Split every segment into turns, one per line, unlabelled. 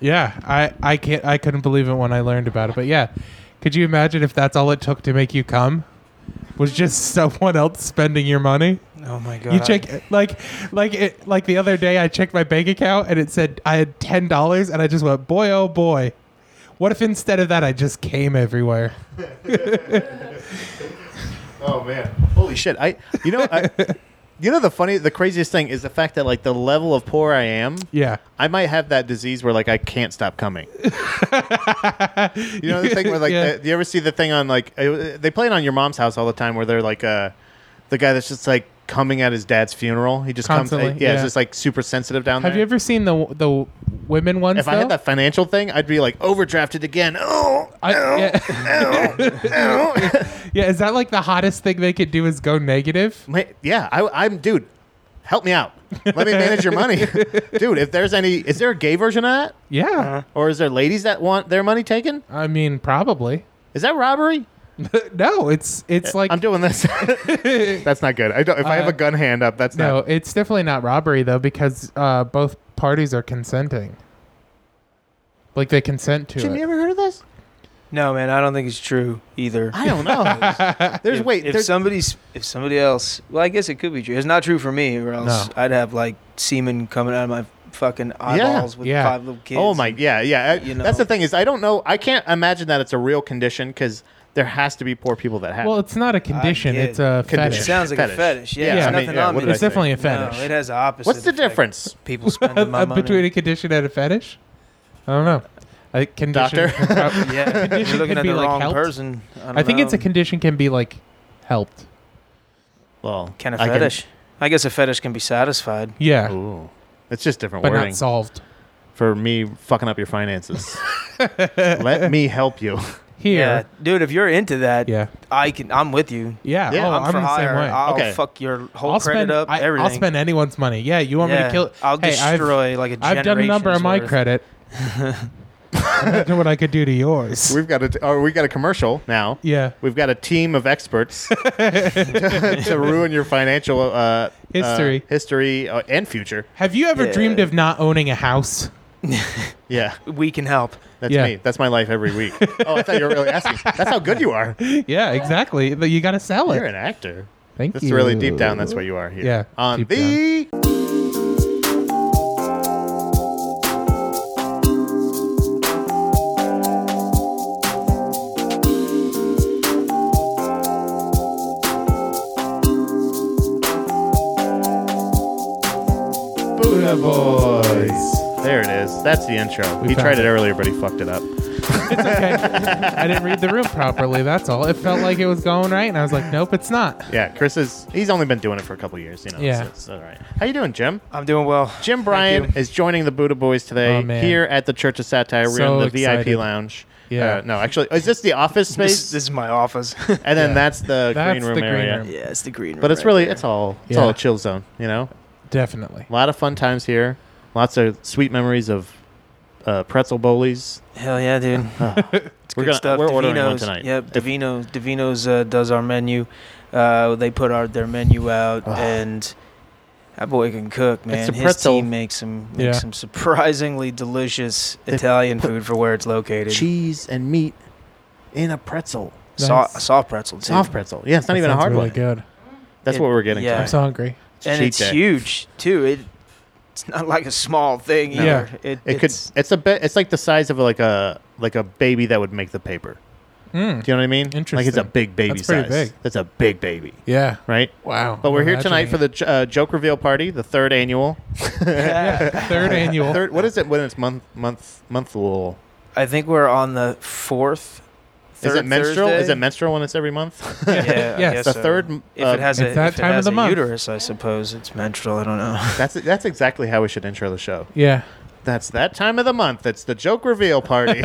yeah, I I can't I couldn't believe it when I learned about it. But yeah, could you imagine if that's all it took to make you come? Was just someone else spending your money?
Oh my god!
You check like like it like the other day I checked my bank account and it said I had ten dollars and I just went boy oh boy. What if instead of that I just came everywhere?
Oh man, holy shit! I you know I, you know the funny the craziest thing is the fact that like the level of poor I am.
Yeah.
I might have that disease where like I can't stop coming. you know the thing where like
Yeah.
the- do you ever see the thing on like it, they play it on your mom's house all the time where they're like uh the guy that's just like coming at his dad's funeral. He just comes
Constantly,
yeah,
yeah.
it's just like super sensitive down
Have
there.
you ever seen the the women ones?
if I had
though?
that financial thing, I'd be like overdrafted again. Oh,
I- yeah. yeah, is that like the hottest thing they could do is go negative?
Ma- yeah, I, I'm dude. Help me out. Let me manage your money, dude. If there's any, is there a gay version of that,
Yeah.
Uh-huh.
or is there ladies that want their money taken?
I mean, probably.
Is that robbery?
no, it's it's like
Uh, I'm doing this. that's not good. I don't. If I have
Uh,
a gun hand up, that's
no,
not.
it's definitely not robbery though because uh, both parties are consenting. Like they consent to
Jim, you
it.
ever heard of this?
no, man, I don't think it's true either.
I don't know. there's
if,
wait.
If
there's,
somebody's, if somebody else, well, I guess it could be true. It's not true for me, or else
No.
I'd have like semen coming out of my fucking eyeballs with
yeah.
five little kids.
oh my. Yeah, yeah. I-
You know.
That's the thing is, I don't know. I can't imagine that it's a real condition because there has to be poor people that have.
Well,
it.
it's not a condition;
get
it's a
it.
It
Condition.
fetish.
sounds like a
Fetish.
fetish. Yeah,
Yeah,
it's
I mean,
nothing
yeah,
on
what
me.
did I
It's
say?
definitely a
No,
fetish.
it has the opposite.
What's the
effect.
difference,
People spending my
Uh,
money.
between a condition and a fetish, I don't know. A condition
Doctor?
can prob-
yeah,
condition
you're looking
could
at
be,
the
like,
wrong
helped.
person. I, don't
I think
know.
it's a condition can be like helped.
Well,
kind of
I can-
fetish. I guess a fetish can be satisfied.
Yeah,
Ooh, it's just different
but
wording.
not solved.
for me fucking up your finances. Let me help you.
Here,
Yeah, dude, if you're into that,
yeah,
I can. I'm with you.
yeah.
Yeah,
oh,
I'm,
I'm,
for
the
hire.
same way.
I'll
Okay.
fuck your whole
I'll
credit
spend
up.
I,
everything.
will spend anyone's money. Yeah, you want me
Yeah,
to kill?
I'll
Hey, I've-
destroy like a
I've done a number on
generation's
my
worth.
credit. Imagine what I could do to yours.
We've got a t- or we got a commercial now.
yeah,
We've got a team of experts to, to ruin your financial uh, uh,
History.
history, uh, and future.
Have you ever
Yeah.
dreamed of not owning a house?
Yeah,
We can help.
that's
Yeah.
me. That's my life every week. oh, I thought you were really asking. That's how good you are.
yeah, exactly. But You got to sell
You're
it.
an actor.
Thank
That's
you.
really deep down. That's what you are here.
Yeah,
On
deep
the Buddha Boys. There it is. That's the intro.
We
he
found
tried it
it.
earlier, but he fucked it up.
It's okay. I didn't read the room properly. That's all. It felt like it was going right, and I was like, nope, it's not.
Yeah, Chris is. He's only been doing it for a couple years. You know.
Yeah.
so it's all right. How you doing, Jim?
I'm doing well.
Jim
you.
Bryan is joining the Buddha Boys today
Oh, man.
here at the Church of Satire. We're
So
in the
excited.
VIP lounge.
Yeah.
Uh, no, actually, is this the office
This,
space?
this is my office.
and then
Yeah.
that's the
That's
green room
the green
area.
room.
yeah, it's the green room.
But it's
right
really
there.
it's all it's
Yeah.
all a chill zone. You know,
Definitely.
a lot of fun times here. Lots of sweet memories of uh, pretzel bowlies.
hell yeah, dude.
we're
Good
gonna
stuff.
we're ordering one
Davino's,
tonight.
Yep, Davino's. Davino's uh, does our menu. Uh, they put our their menu out, and that boy can cook, man.
a
His
pretzel.
team makes some makes
Yeah.
some surprisingly delicious
They
Italian
put
food for where it's located.
Cheese and meat in a pretzel.
Soft,
Nice.
soft pretzel too,
Soft pretzel. Yeah, it's not
That
even a
sounds
hard
really
one.
good.
That's
It-
what we're getting.
yeah.
I'm
tonight.
so hungry.
and
Cheat
it's
day.
huge too. It it's not like a small thing
No.
either. It,
It could.
it's,
It's a bit. It's like the size of like a like a baby that would make the paper.
Mm.
Do you know what I mean? Like it's a
Interesting.
big baby
That's pretty
size.
big.
That's a big baby,
Yeah.
right?
Wow.
But we're
I'm
here tonight
imagining
for
it.
the j- uh, joke reveal party, the third annual.
yeah, third annual.
Third, what is it when it's month month monthful?
I think we're on the fourth.
Is it
third
menstrual? Is
Thursday.
it menstrual when it's every month?
Yeah, I
Yes.
guess
the
so.
third. m-
If
uh,
it has a,
It's that
if it
time of
has
the
a
month.
uterus, I suppose it's menstrual. I don't know.
That's that's exactly how we should intro the show.
Yeah.
That's that time of the month. It's the joke reveal party.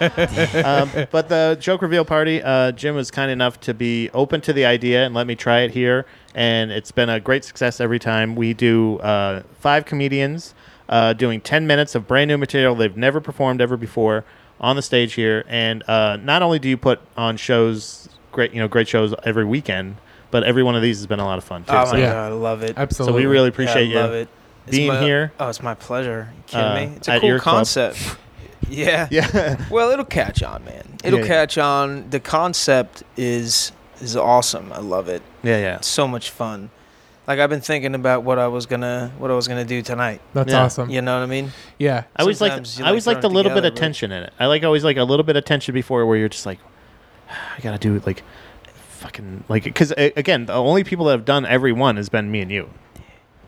um, but the joke reveal party, uh, Jim was kind enough to be open to the idea and let me try it here. And it's been a great success every time. We do uh, five comedians uh, doing 10 minutes of brand new material they've never performed ever before on the stage here. And uh, not only do you put on shows, great, you know, great shows every weekend, but every one of these has been a lot of fun too.
Oh
so,
my
Yeah.
god, I love it.
so
Absolutely.
we really appreciate
yeah, I
you
love it. It's
being
my-
here.
Oh, it's my pleasure. You kidding
uh,
me? It's a
at
cool
your club.
concept. Yeah.
Yeah.
Well, it'll catch on, man. It'll
Yeah, yeah.
catch on. The concept is is awesome. I love it.
Yeah, yeah.
It's so much fun. Like I've been thinking about what I was gonna what I was gonna do tonight.
That's
Yeah.
awesome. Yeah.
You know what I mean?
yeah.
I always like
Sometimes you,
I always
like,
like the
throw it
little bit
together,
of
but-
tension in it. I like always like a little bit of tension before where you're just like, I gotta do like, fucking like because again the only people that have done every one has been me and you.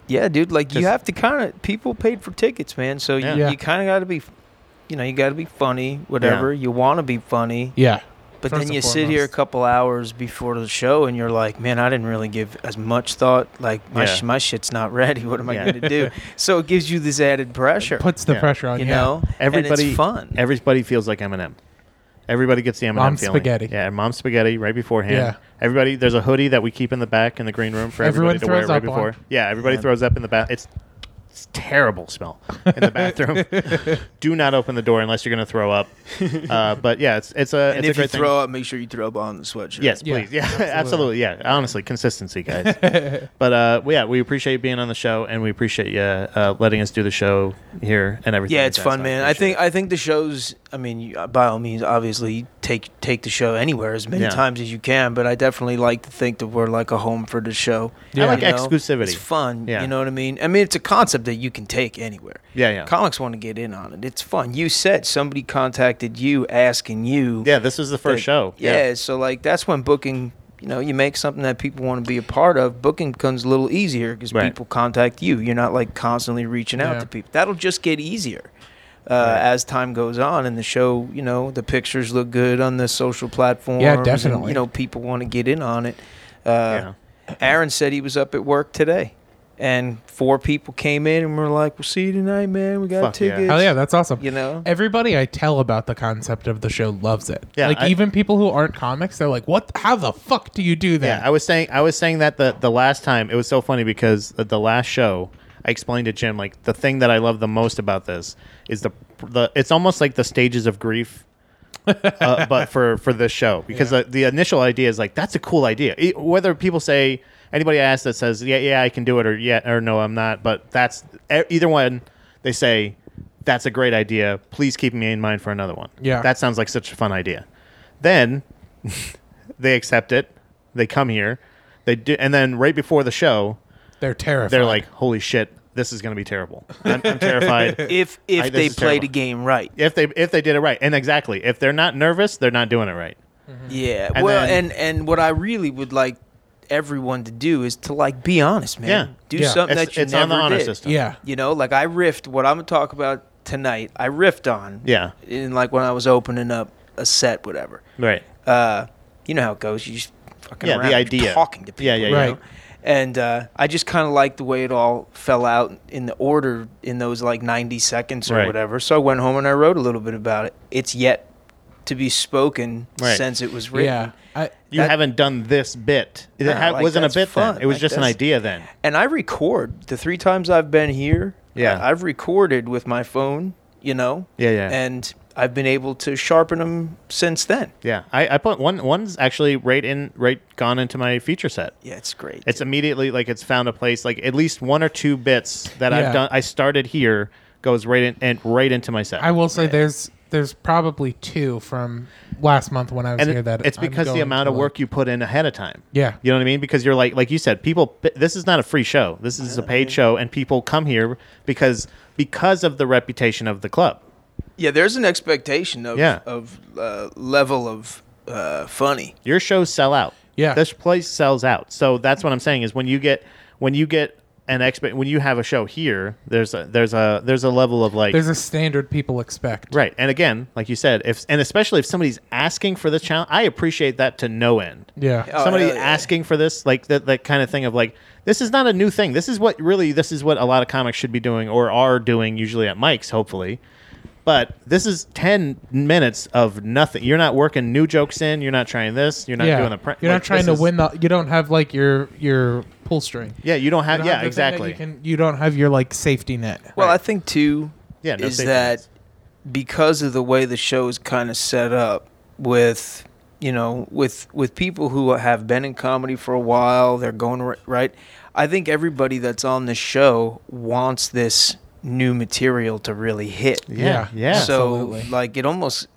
Yeah, dude. Like you
Just-
have to kind of people paid for tickets, man. So you,
Yeah.
Yeah.
you kind of got to be, you know, you got to be funny. Whatever you want to be funny, but
First
then
and
you sit here a
foremost.
couple hours before the show and you're like, man, I didn't really give as much thought. Like my
Yeah.
sh- my shit's not ready. What am I
Yeah.
gonna do? so it gives you this added pressure.
Puts the
Yeah.
pressure on
you
you.
know, and
Everybody-
it's fun.
Everybody feels like Eminem. Everybody gets the Eminem
Mom
feeling.
spaghetti.
Yeah, mom spaghetti right beforehand.
Yeah.
Everybody, there's a hoodie that we keep in the back in the green room for
Everyone
everybody to wear
throws
right
up
before.
on.
Yeah, everybody
Yeah.
throws up in the bath. It's, it's terrible smell in the bathroom. Do not open the door unless you're going to throw up. Uh, but yeah, it's it's a
and if
it's a
you
great thing.
throw up, make sure you throw up on the sweatshirt.
Yes,
Yeah,
please. Yeah, absolutely.
absolutely.
Yeah, honestly, consistency, guys. but uh, yeah, we appreciate you being on the show, and we appreciate you uh, letting us do the show here and everything.
Yeah,
like
it's
that.
fun,
So
man. I
appreciate
think
it.
I think the shows. I mean, you- by all means, obviously take take the show anywhere as many
Yeah.
times as you can. But I definitely like to think that we're like a home for the show.
Yeah. I like
You know?
exclusivity.
It's fun.
Yeah.
You know what I mean? I mean, it's a concept that you can take anywhere.
Yeah, yeah.
Comics want to get in on it. It's fun. You said somebody contacted you asking you.
yeah, this was the first
that-
show.
Yeah. So like that's when booking. You know, you make something that people want to be a part of. Booking becomes a little easier because
Right.
people contact you. You're not like constantly reaching out
Yeah.
to people. That'll just get easier uh,
Right.
as time goes on, and the show. You know, the pictures look good on the social platforms. and,
definitely.
you know, people want to get in on it.
Yeah.
Uh, Aaron said he was up at work today, and four people came in and were like, "We'll see you tonight, man. We got
Fuck yeah.
tickets."
Hell Oh, yeah, that's awesome.
You know.
Everybody I tell about the concept of the show loves it.
Yeah,
like
I-
even people who aren't comics, they're like, "What? How the fuck do you do
Yeah,
that?"
I was saying I was saying that the the last time it was so funny because the, the last show I explained to Jim like the thing that I love the most about this is the the it's almost like the stages of grief. uh, but for for this show because the, the initial idea is like that's a cool idea E- whether people say anybody I ask that says yeah yeah I can do it or yeah or no I'm not but that's e- either one they say that's a great idea please keep me in mind for another one
Yeah.
that sounds like such a fun idea then they accept it they come here they do and then right before the show
they're terrified.
they're like holy shit this is going to be terrible i'm, I'm terrified
If if
I- this
they
is
play
terrible.
the game right.
if they if they did it right and exactly if they're not nervous they're not doing it right
Yeah.
Mm-hmm. And
well,
then-
and and what I really would like everyone to do is to like be honest, man.
Yeah.
Do
Yeah.
something
it's,
that you
it's
never
on the honor
did.
system
"Yeah,
You know, like I riffed what I'm gonna talk about tonight. I riffed on.
yeah
In like when I was opening up a set, whatever.
right
Uh, you know how it goes. You just fucking
Yeah, the
around. You're
idea.
talking to people.
Yeah, yeah,
you
yeah.
know?
Right.
And uh, I just kind of liked the way it all fell out in the order in those like 90 seconds or
Right.
whatever. So I went home and I wrote a little bit about it. It's yet to be spoken
Right.
since it was written.
yeah." I,
you
That-
haven't done this bit it
Yeah,
ha-
like,
wasn't a
that's
bit
fun.
then it was
Like,
just an
that's-
idea then
and I record the three times I've been here.
Yeah.
I- I've recorded with my phone, you know.
Yeah, yeah.
And I've been able to sharpen them since then.
yeah I, I put one one's actually right in right gone into my feature set
Yeah, it's great.
it's immediately like it's found a place like at least one or two bits that
Yeah.
i've done i started here goes right in and right into my set
I will say there's there's probably two from last month when I was
and
here
it-
that
it's
I'm
because the
going
amount
to
of
look.
work you put in ahead of time
Yeah.
you know what i mean because you're like like you said people this is not a free show this is a paid show and people come here because because of the reputation of the club
yeah, there's an expectation of
Yeah.
of uh, level of uh, funny.
your shows sell out
Yeah.
this place sells out so that's what i'm saying is when you get when you get an expect when you have a show here there's a there's a there's a level of like
There's a standard people expect.
Right. And again, like you said, if and especially if somebody's asking for this challenge, I appreciate that to no end.
Yeah.
Oh,
Somebody
hell yeah.
asking for this, like that, that kind of thing of like, this is not a new thing. This is what really, this is what a lot of comics should be doing or are doing usually at mics, hopefully. But this is 10 minutes of nothing. You're not working new jokes in. You're not trying this. You're not
yeah.
doing the print.
You're
like,
not trying
this
to
is-
win the. You don't have like your your pull string.
Yeah. You don't
You
have,
don't
Uh, yeah,
have the thing that
exactly.
You, can, you don't have your like safety net.
Well,
Right.
I think too
Yeah, no
is
safety
that
nets.
because of the way the show is kind of set up with you know with with people who have been in comedy for a while, they're going ri- right. I think everybody that's on the show wants this new material to really hit.
Yeah.
Yeah. Yeah.
So
Absolutely.
like it almost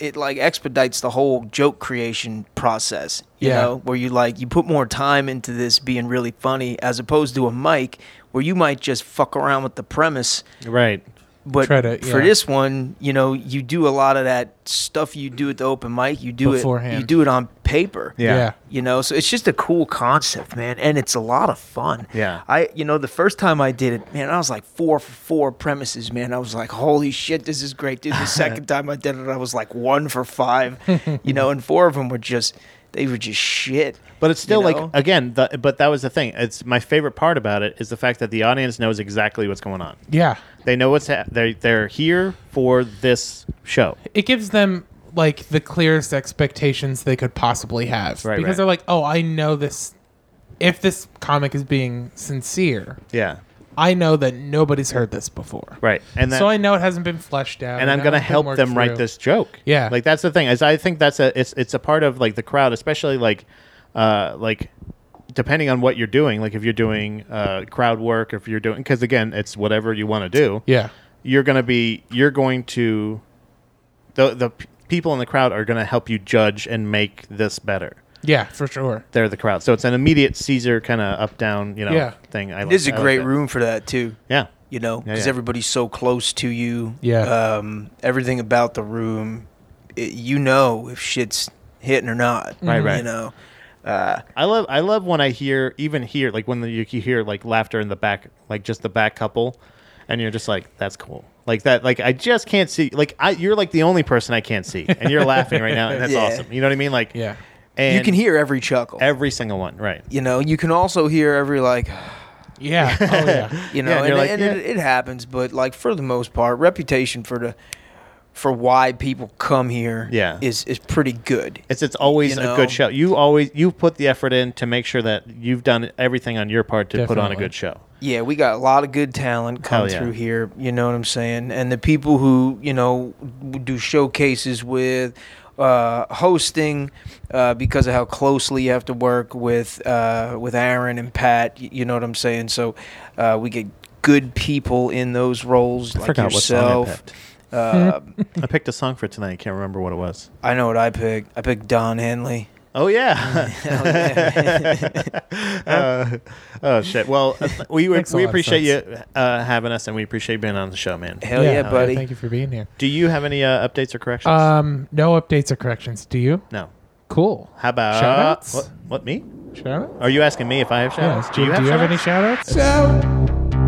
it like expedites the whole joke creation process, you
Yeah.
know, where you like you put more time into this being really funny as opposed to a mic where you might just fuck around with the premise
right.
but
Try to-
for
yeah.
this one, you know, you do a lot of that stuff you do at the open mic, you do it
Beforehand.
you do it on paper.
Yeah.
You know, so it's just a cool concept, man, and it's a lot of fun.
Yeah.
I you know, the first time I did it, man, I was like four for four premises, man. I was like, holy shit, this is great. Dude, the second time I did it, I was like one for five. You know, and four of them were just they were just shit.
But it's still
you know?
like again, the, but that was the thing. It's my favorite part about it is the fact that the audience knows exactly what's going on.
Yeah.
They know what's ha- they they're here for this show.
It gives them like the clearest expectations they could possibly have.
Right,
Because
right.
they're like, oh, I know this. If this comic is being sincere,
Yeah.
I know that nobody's heard this before.
Right. And that,
so I know it hasn't been fleshed out.
and I'm
I
gonna
know it's been
help
worked
them write
through.
this joke.
Yeah.
like that's the thing is I think that's a it's it's a part of like the crowd, especially like uh like depending on what you're doing, like if you're doing uh crowd work, if you're doing because again it's whatever you want to do.
Yeah.
you're gonna be you're going to the the p- people in the crowd are gonna help you judge and make this better.
Yeah, for sure.
They're the crowd, so it's an immediate Caesar kind of up down you know
Yeah.
thing. I
It
like-
is a
I like
great
that.
room for that too.
Yeah,
you know,
Oh, Yeah,
because
yeah.
everybody's so close to you.
Yeah.
Um, everything about the room, it, you know if shit's hitting or not.
Right, right.
You know, uh,
I love I love when I hear even here like when the, you hear like laughter in the back like just the back couple, and you're just like that's cool like that like I just can't see like I you're like the only person I can't see and you're laughing right now and that's
Yeah.
awesome you know what I mean like
Yeah.
and
you can hear every chuckle.
every single one right
you know, you can also hear every like,
Yeah. Oh, yeah.
you know,
Yeah, and
and,
you're like,
and
yeah.
it, it happens. But like for the most part, reputation for the for why people come here
Yeah.
is is pretty good.
it's it's always
You
a
know?
good show you always you put the effort in to make sure that you've done everything on your part to put on a
Definitely.
good show
Yeah, we got a lot of good talent
Hell
come
yeah.
through here. You know what I'm saying? And the people who you know w- do showcases with uh, hosting uh, because of how closely you have to work with uh, with Aaron and Pat. y- You know what I'm saying? So uh, we get good people in those roles
I
like
forgot what song I
yourself.
picked
Uh,
I picked a song for tonight I can't remember what it was
I know what I picked. I picked Don Henley.
oh yeah.
Hell yeah.
uh, oh shit! Well, uh, we we,
Makes a
we
lot of
appreciate you uh, having us, and we appreciate being on the show, man.
Hell yeah, buddy.
Thank you for being here.
Do you have any uh, updates or corrections?
Um, no updates or corrections. Do you?
no.
Cool.
How about
Shout-outs?
What, what me?
Shout out?
Are you asking me if I have shoutouts?
Yes. Do, you, do you have any
shoutouts?
shout outs?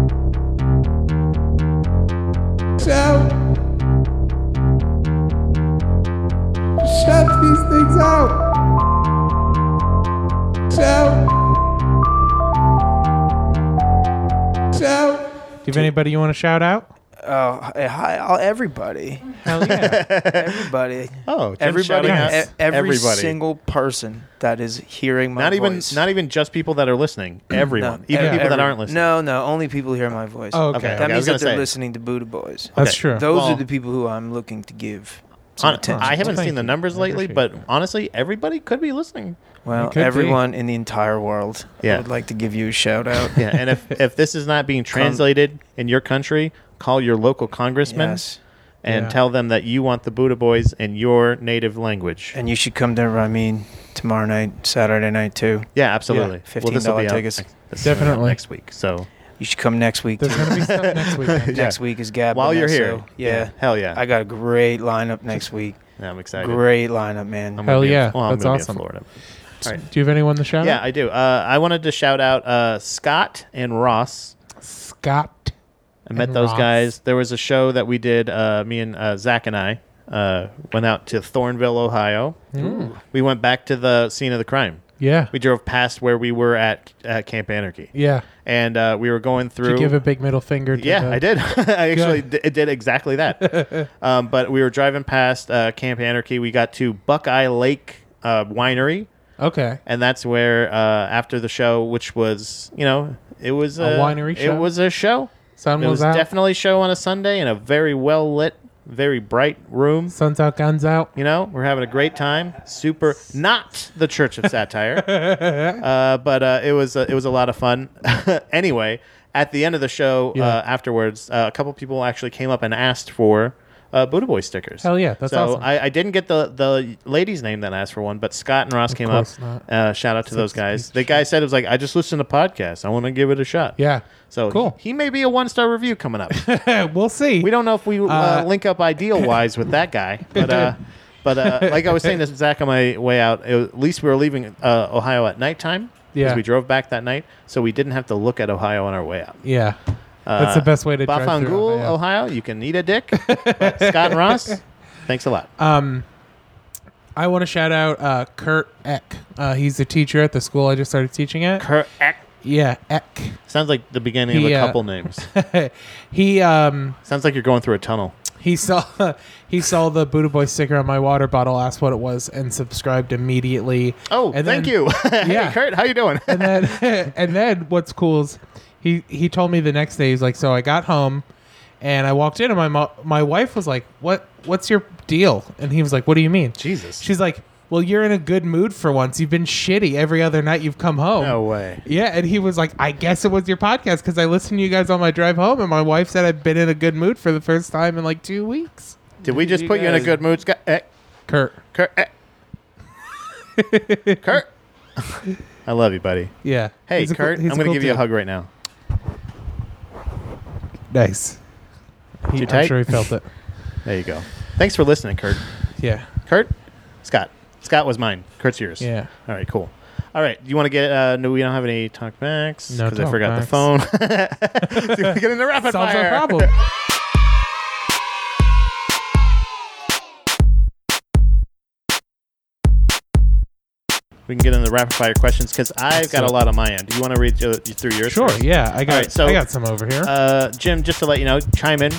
Do you have anybody you want to shout out?
Oh, hey, hi, all- everybody,
Hell yeah.
everybody.
Oh, Jim's
Everybody,
shouting out
Nice.
e- every
everybody.
single person that is hearing my
Not even
voice.
not even just people that are listening. Everyone, even
ev-
people that
every-
aren't listening.
No, no, only people hear my voice.
Oh, okay.
Okay.
that
I
means
was
that
gonna
they're
say.
listening to Buddha Boys.
That's
Okay.
true.
Those
Well-
are the people who I'm looking to give some
Hon-
attention.
I haven't
Thank
seen the
you.
numbers
I
lately,
appreciate
but honestly, everybody could be listening.
well,
It could be.
everyone in the entire world,
Yeah.
I would like to give you a shout out.
Yeah, and if if this is not being translated in your country, call your local congressman.
yes,
and
Yeah.
tell them that you want the Buddha Boys in your native language.
and you should come to Ramin tomorrow night, Saturday night too.
yeah, absolutely.
Yeah,
this will
$15
be out
tickets.
next- this will be out
Definitely.
next week. So
You should come next week.
There's
too.
going to be stuff next weekend.
Yeah.
Next week is Gab.
while you're
Bonesso.
here,
yeah.
hell yeah,
I got a great lineup next week.
Yeah, I'm excited.
Great lineup, man.
I'm gonna
Hell
be in-
yeah,
well, I'm
that's
gonna be in
awesome.
Florida.
Do you have anyone to shout
Yeah,
out?
I do. Uh, I wanted to shout out uh, Scott and Ross.
Scott.
I met
And
those
Ross.
guys. There was a show that we did. Uh, me and uh, Zach and I uh, went out to Thornville, Ohio. We went back to the scene of the crime.
Yeah.
We drove past where we were at, at Camp Anarchy,
Yeah.
and uh, we were going through.
Did you give a big middle finger to
Yeah,
the-
I did. I actually
Good.
d- it did exactly that. um, but we were driving past uh, Camp Anarchy. We got to Buckeye Lake uh, Winery,
Okay.
and that's where uh, after the show, which was you know it was a,
winery
It
show?
was a show.
Sun
it
was,
was
out.
definitely a show on a Sunday in a very well lit, very bright room.
Sun's out, guns out.
You know, we're having a great time. Super, not the Church of Satire, uh, but uh, it was uh, it was a lot of fun. anyway, at the end of the show
Yeah.
uh, afterwards, uh, a couple people actually came up and asked for uh, Buddha Boy stickers.
Hell yeah, that's
so
awesome.
I, I didn't get the the lady's name that asked for one, but Scott and Ross came up.
course not.
Uh, shout out to those
Such a piece
guys.
of
The guy said it was like, I just listened to podcasts. I want to give it a shot.
Yeah.
So
Cool.
He, he may be a one star review coming up.
we'll see.
We don't know if we uh,
Uh,
link up ideal wise with that guy, but uh, but uh, like I was saying to Zach on my way out, it was- at least we were leaving uh, Ohio at nighttime
Yeah.
we drove back that night, so we didn't have to look at Ohio on our way out.
yeah.
Uh,
That's the best way to drive through
Bafangul,
Ohio.
Ohio. You can eat a dick. Scott and Ross, thanks a lot.
Um, I want to shout out uh, Kurt Eck. Uh, he's a teacher at the school I just started teaching at.
Correct.
yeah, Eck.
Sounds like the beginning
He,
of a
uh,
couple names.
he um
Sounds like you're going through a tunnel.
he saw he saw the Buddha Boy sticker on my water bottle, asked what it was, and subscribed immediately.
Oh,
And
thank
then-
you. hey,
Yeah.
Kurt, how you doing?
and then and then what's cool is he he told me the next day he's like so i got home and i walked in and my mo- my wife was like what what's your deal and he was like what do you mean
Jesus.
she's like well you're in a good mood for once you've been shitty every other night you've come home
no way.
yeah and he was like i guess it was your podcast because i listened to you guys on my drive home and my wife said i've been in a good mood for the first time in like two weeks
Did we just
You
put you in a
guys-
good mood, Scott? Eh,
kurt
Kurt. eh. Kurt. I love you, buddy.
yeah
Hey,
He's a cool-
Kurt,
he's
I'm going to
cool
give you a
dude.
hug right now.
nice he,
Too
i'm
tight?
sure he felt it
There you go. Thanks for listening, Kurt.
yeah
Kurt? Scott. Scott was mine. Kurt's yours.
yeah
All right, cool. All right, do you want to get? Uh, no, we don't have any talkbacks
No
because I forgot the
talkbacks.
phone. so we get into rapid
solves
fire.
our problem
We can get into rapid fire questions because I've got a lot on my end. Do you want to read uh, through yours?
Sure.
first?
Yeah, I got.
All right, so-
I got some over here.
Uh, Jim, just to let you know, chime in.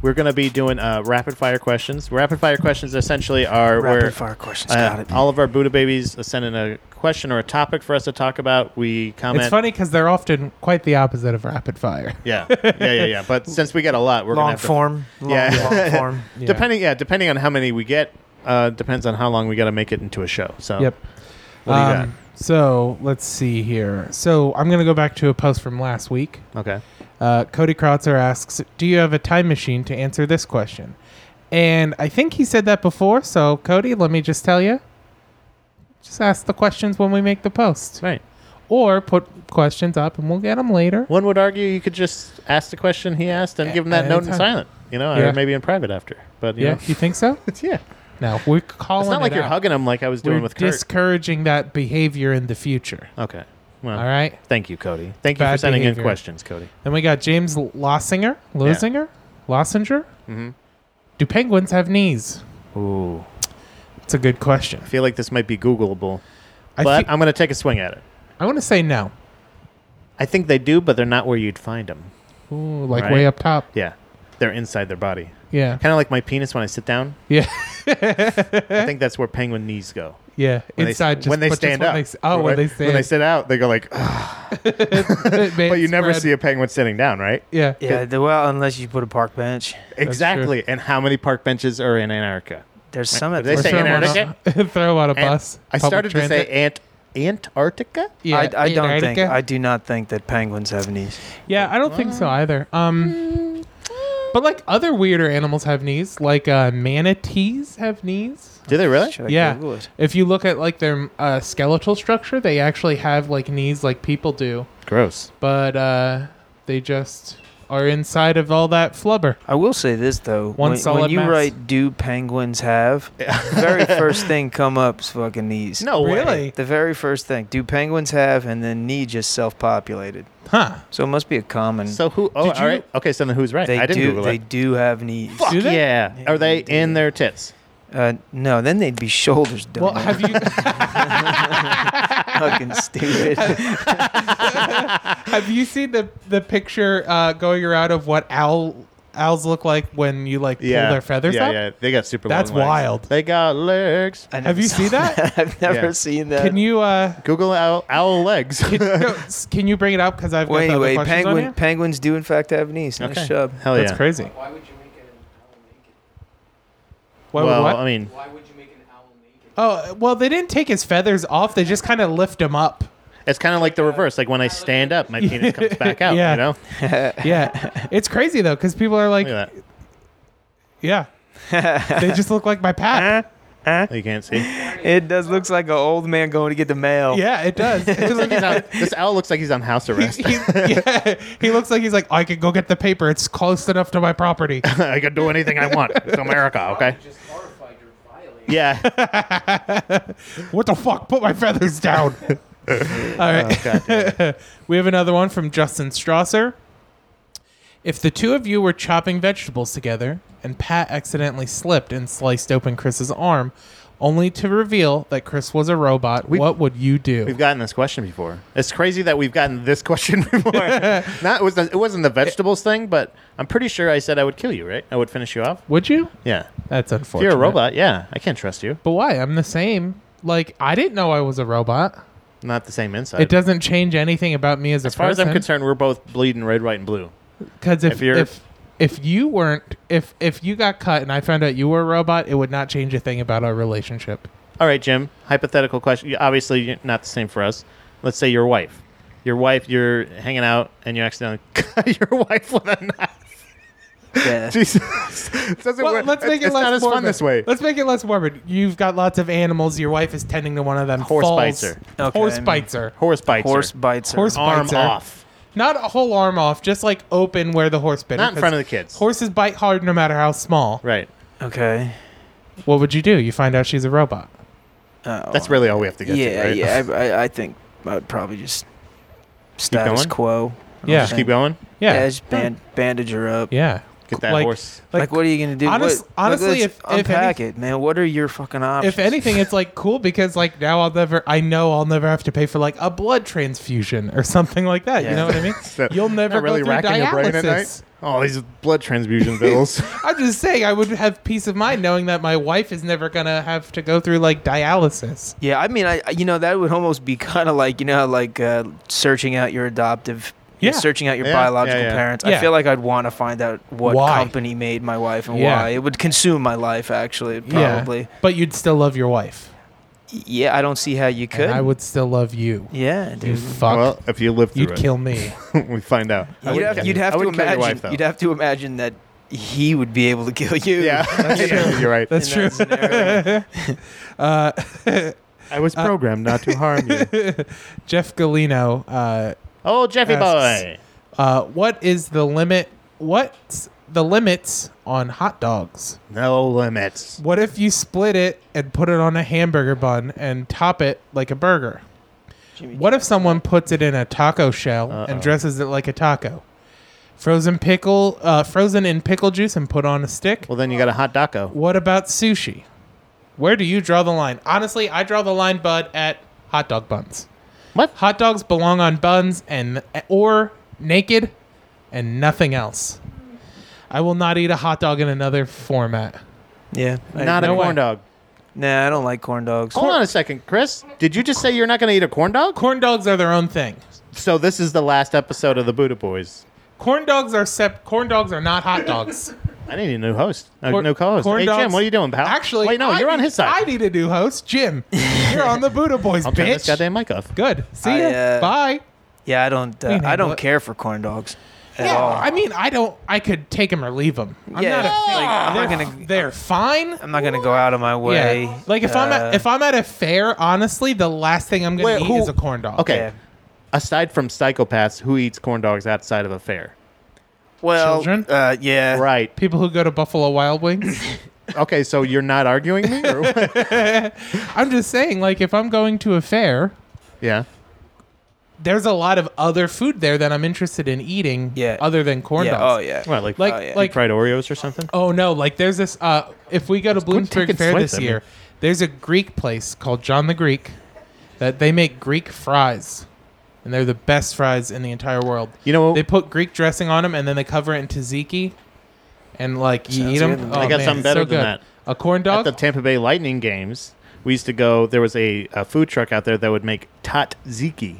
We're going to be doing uh, rapid fire questions. Rapid fire questions essentially are where
Rapid fire questions. Got
uh,
it.
all of our Buddha babies send in a question or a topic for us to talk about. We comment.
it's funny because they're often quite the opposite of rapid fire.
Yeah, yeah, yeah, yeah. But since we get a lot, we're
long
gonna have to-
form. Long,
Yeah.
long form.
Yeah.
Depending, yeah, depending on how many we get, uh, depends on how long we got to make it into a show. So,
Yep.
What do you
Um, So let's see here. So I'm gonna go back to a post from last week.
got? Okay.
Uh, Cody Krautzer asks, "Do you have a time machine to answer this question?" And I think he said that before. So Cody, let me just tell you, just ask the questions when we make the post,
Right.
or put questions up and we'll get them later.
One would argue you could just ask the question he asked and
A-
give him that
at
note
any
in
time.
silent, you know,
Yeah.
or maybe in private after. But you
yeah,
know,
you think so?
it's yeah.
No, we're calling.
It's not like
it
you're
out.
hugging him like I was doing
We're
with Kurt.
discouraging that behavior in the future.
okay. Well,
All right.
thank you, Cody. Thank you for
Bad
sending in
behavior.
questions, Cody.
Then we got James L- Lossinger. Lossinger? Lossinger?
Mhm.
Do penguins have knees?
Ooh,
It's a good question.
I feel like this might be Googleable,
I,
but
thi-
I'm going to take a swing at it.
I want to say no.
I think they do, but they're not where you'd find them.
Ooh, like
Right.
way up top.
Yeah, they're inside their body,
Yeah.
kind of like my penis when I sit down.
Yeah.
I think that's where penguin knees go.
Yeah.
when
Eh. Inside
they,
just
when they
but just
stand
when
up.
they s- oh, when they stand.
sit out, they go like. "Ugh."
but
But you never see a penguin sitting down, right?
Yeah.
Yeah, the- well, unless you put a park bench.
Exactly. And how many park benches are in Antarctica?
There's some
Did
at
they
Or
say
throw 'em on
Antarctica?
a- throw on a
Ant-
bus.
I
public
started to
transit.
say Ant- Antarctica.
Yeah.
I, I don't think.
Antarctica.
I do not think that penguins have knees.
yeah, I don't think so either. Um, but like other weirder animals have knees, like uh, manatees have knees.
Do they really?
Should I
Yeah.
Google it?
If you look at like their uh, skeletal structure, they actually have like knees like people do,
Gross.
but uh, they just are inside of all that flubber.
I will say this though.
One
when,
solid
when you
mass.
write "Do penguins have?" the very first thing come up is fucking knees.
No way.
Really?
The very first thing. Do penguins have? And then knee just self-populated.
Huh?
So it must be a common.
So who? Oh,
Did you-
all right. Okay, so then who's right?
they
I didn't
do.
Google
they
it.
do have knees.
Fuck
Do they?
yeah.
Yeah,
Are they
they do.
in their tits?
Uh, no, then they'd be shoulders. Dumb.
Well, have you
fucking stupid.
have you seen the the picture uh, going around of what owl owls look like when you like pull
Yeah.
their feathers
yeah,
out?
yeah. They got super.
That's
long legs.
wild.
They got legs.
I never
Have you
saw
seen that?
I've never
Yeah.
seen that.
Can you uh,
Google owl, owl legs.
can, no, s- can you bring it up? Because I've got
Well,
the other
anyway,
questions on
penguin,
here.
penguins do in fact have knees. Nice
Okay.
job.
Hell
That's
Oh, yeah.
crazy.
Why would you make an owl naked?
Why,
well,
what?
I mean,
Why would you make an owl naked?
oh well, they didn't take his feathers off. They just kind of lift him up.
It's kind of like the reverse. Like when I stand up, my penis comes back out.
Yeah.
You know,
yeah. It's crazy though, because people are like,
look at that.
yeah, they just look like my
Eh?
pap.
You can't see.
It does looks like an old man going to get the mail.
Yeah, it does. It looks
He's on- this owl looks like he's on house arrest.
he, yeah, he looks like he's like, I can go get the paper. It's close enough to my property.
I can do anything I want. It's America, okay?
Just horrified you're violating.
Yeah.
What the fuck? Put my feathers down. All
Oh,
right. we have another one from Justin Strasser. If the two of you were chopping vegetables together and Pat accidentally slipped and sliced open Chris's arm, only to reveal that Chris was a robot,
We've-
what would you do?
We've gotten this question before. It's crazy that we've gotten this question before. Not it was it wasn't the vegetables thing, but I'm pretty sure I said I would kill you, right? I would finish you off.
Would you?
Yeah.
That's
If
unfortunate.
you're a robot, yeah, I can't trust you.
But why? I'm the same. Like I didn't know I was a robot.
Not the same inside.
It doesn't change anything about me as,
as
a
far as
person.
I'm concerned, we're both bleeding red, white, and blue.
Because if
If you're-
if if you weren't if if you got cut and I found out you were a robot, it would not change a thing about our relationship.
All right, Jim. Hypothetical question. You- Obviously, you're not the same for us. Let's say your wife. Your wife, you're hanging out, and you accidentally cut your wife with a knife.
Yeah.
Jesus, It doesn't
Well,
work.
let's make it
it's
less
not as
morbid.
fun this way.
Let's make it less morbid. You've got lots of animals. Your wife is tending to one of them.
Horse
falls.
bites her.
Okay.
Horse bites her.
Horse bites. her.
Horse bites.
Horse-
arm
bites her.
off.
Not a whole arm off, just like open where the horse bit. her,
Not in
'cause
front of the kids.
Horses bite hard no matter how small.
Right.
Okay.
What would you do? You find out she's a robot.
Oh.
That's really all we have to get
yeah,
to, right?
yeah. I, I, I think I'd probably just status
going?
quo.
Yeah.
Just keep going.
Yeah.
Yeah, just band, bandage her up.
Yeah.
Get that
Like-
horse.
Like, what are you gonna do? What-
honest-
like,
honestly,
let's
if- if
unpack it, man. What are your fucking options?
if anything, it's like cool because like now I'll never, I know I'll never have to pay for like a blood transfusion or something like that. You
Yeah.
know what I mean? You'll never
Not really
go through
racking your
dialysis.
brain at night. All Oh, these blood transfusion bills.
I'm just saying, I would have peace of mind knowing that my wife is never gonna have to go through like dialysis.
yeah, I mean, I I- you know that would almost be kind of like you know like uh, searching out your adoptive.
Yeah.
Searching out your
Yeah, yeah,
biological
yeah.
parents.
Yeah.
I feel like I'd want to find out what
Why?
company made my wife and
Yeah.
why. It would consume my life, actually,
Yeah.
probably.
But you'd still love your wife.
Yeah, I don't see how you
And
could.
I would still love you.
yeah,
You
dude.
fuck.
Well, if you live through
you'd
it,
kill me.
we find out. I
You'd
wouldn't
have,
kill
you'd
you.
have
I
to
wouldn't kill your
imagine.
wife, though.
you'd have to imagine that he would be able to kill you.
yeah, yeah, you're right.
That's
in
true.
that scenario.
Uh,
I
Uh,
was programmed not to harm you.
Jeff Galino. Uh,
Oh, Jeffy
Asks-
boy.
uh, what is the limit? What's the limits on hot dogs?
No limits.
What if you split it and put it on a hamburger bun and top it like a burger?
Jimmy
What if someone puts it in a taco shell
Uh-oh.
and dresses it like a taco? Frozen pickle, uh, frozen in pickle juice and put on a stick.
Well, then you got a hot doco.
What about sushi? Where do you draw the line? Honestly, I draw the line, bud, at hot dog buns.
What?
Hot dogs belong on buns and or naked and nothing else. I will not eat a hot dog in another format.
Yeah. I-
Not a
no way.
corn dog.
Nah, I don't like corn dogs.
Hold on a second, Chris. Did you just say you're not going to eat a corn dog?
Corn dogs are their own thing.
So this is the last episode of the Buddha Boys.
Corn dogs are sep. Corn dogs are not hot dogs.
I need a new host. A
Corn-
new co-host.
corn
Hey, Jim,
dogs-
what are you doing, pal?
Actually,
wait, no,
I
you're on
need-
his side.
I need a new host, Jim. You're on the Buddha Boys,
I'll turn this
bitch.
goddamn mic off.
Good. See
I,
ya.
uh,
Bye.
Yeah, I don't.
We
Uh,
can
I
handle
don't
it.
care for corn dogs at
yeah,
all.
I mean, I don't. I could take them or leave them. I'm
yeah,
not a
like,
fan.
I'm not
They're,
gonna.
they're fine.
I'm not gonna go out of my way.
Yeah. Like if I'm at,
uh,
if I'm at a fair, honestly, the last thing I'm gonna
Wait,
eat
who-
is a corn dog.
Okay.
yeah.
Aside from psychopaths, who eats corn dogs outside of a fair?
Well,
Children?
Uh, yeah.
Right.
People who go to Buffalo Wild Wings.
Okay, so you're not arguing me? Or what?
I'm just saying, like if I'm going to a fair,
yeah.
there's a lot of other food there that I'm interested in eating.
Yeah.
Other than corn
yeah.
dogs.
Oh yeah.
What, like,
Like
Oh, yeah.
like
fried Oreos or something?
Oh no! Like there's this. Uh, if we go to
quit
Bloomsburg
taking
Fair
swipes
this
at me.
year, there's a Greek place called John the Greek that they make Greek fries, and they're the best fries in the entire world.
You know,
They put Greek dressing on them, and then they cover it in tzatziki, and like you
Sounds
eat them.
good.
Oh,
I got
man,
something
it's
better
so
than
good.
that.
A corn
at
dog.
the Tampa Bay Lightning games, we used to go. There was a, a food truck out there that would make tatziki,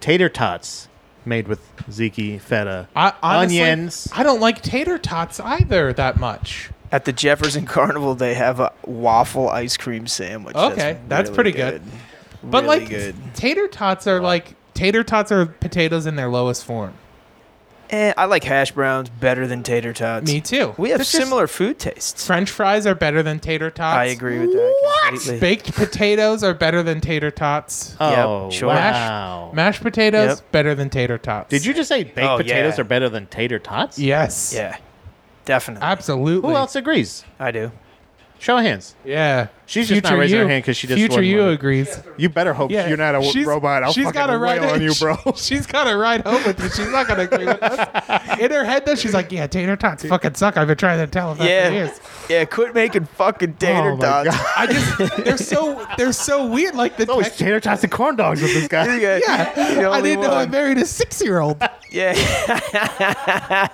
tater tots made with ziki, feta,
I, honestly,
onions.
I don't like tater tots either that much.
At the Jefferson Carnival, they have a waffle ice cream sandwich.
Okay, that's
really
pretty good. But
really
like
good.
tater tots are like tater tots are potatoes in their lowest form.
Eh, I like hash browns better than tater tots.
Me too.
We have
That's just-
similar food tastes.
French fries are better than tater tots.
I agree with that. Completely.
Baked potatoes are better than tater tots.
Oh,
sure.
wow.
Mashed potatoes
Yep.
better than tater tots.
Did you just say baked
Oh,
potatoes
yeah.
are better than tater tots?
Yes.
Yeah, definitely.
Absolutely.
Who else agrees?
I do.
Show of hands.
Yeah.
She's just not raising her hand 'cause she just
Future
wouldn't
you
let it.
agrees.
You better hope
Yeah.
you're not a
She's-
robot. I'll
she's
fucking
gotta ride
wail on you, bro.
She's got to ride home with you. She's not going to agree with us. In her head, though, she's like, yeah, tater tots fucking suck. I've been trying to tell her that for
Yeah,
years.
yeah. Quit making fucking tater
Oh my
tots.
God.
I just, they're so, they're so weird. Like the
Always
text-
tater tots and corn dogs with this guy.
Yeah,
Yeah.
the
I
only
didn't know I
one.
married a six year old.
Yeah. tater
I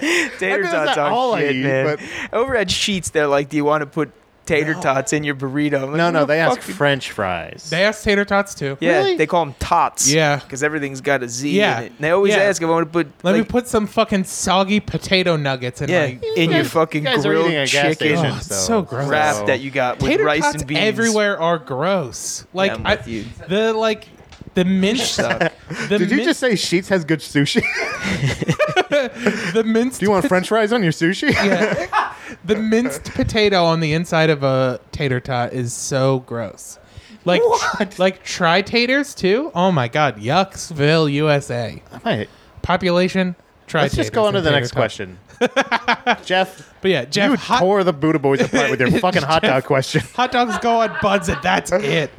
mean, that's
tots
not
are
all I
shit,
eat,
man.
but-
Over at Sheets, they're like, "Do you want to put tater tots in your burrito?" I'm like,
No, no,
"What the
they ask
fuck?"
French fries.
They asked tater tots too.
Yeah,
Really?
they call them tots.
Yeah.
because everything's got a Z
Yeah.
in it. And they always
Yeah.
ask if I want to put.
Let me
like,
put some fucking soggy potato nuggets in
Yeah,
my.
in
You
your
guys-
fucking
you guys are
grilled
eating at gas
chicken
station.
stations,
Oh, it's
though.
so gross.
wrap
Oh.
So-
that you got with
Tater
rice
tots
and beans
everywhere are gross. Like
I'm
I,
with you.
the like the mince. the
Did you
min-
just say Sheets has good sushi?
the minced?
Do you want French fries on your sushi?
yeah. the minced potato on the inside of a tater tot is so gross. Like like tri taters too. Oh my god, Yucksville, USA.
Right.
Population. Tri.
Let's just go on to the next question. Jeff,
But yeah, Jeff.
you
hot-
tore the Buddha boys apart with your fucking hot dog question.
Hot dogs go on buns, and that's it.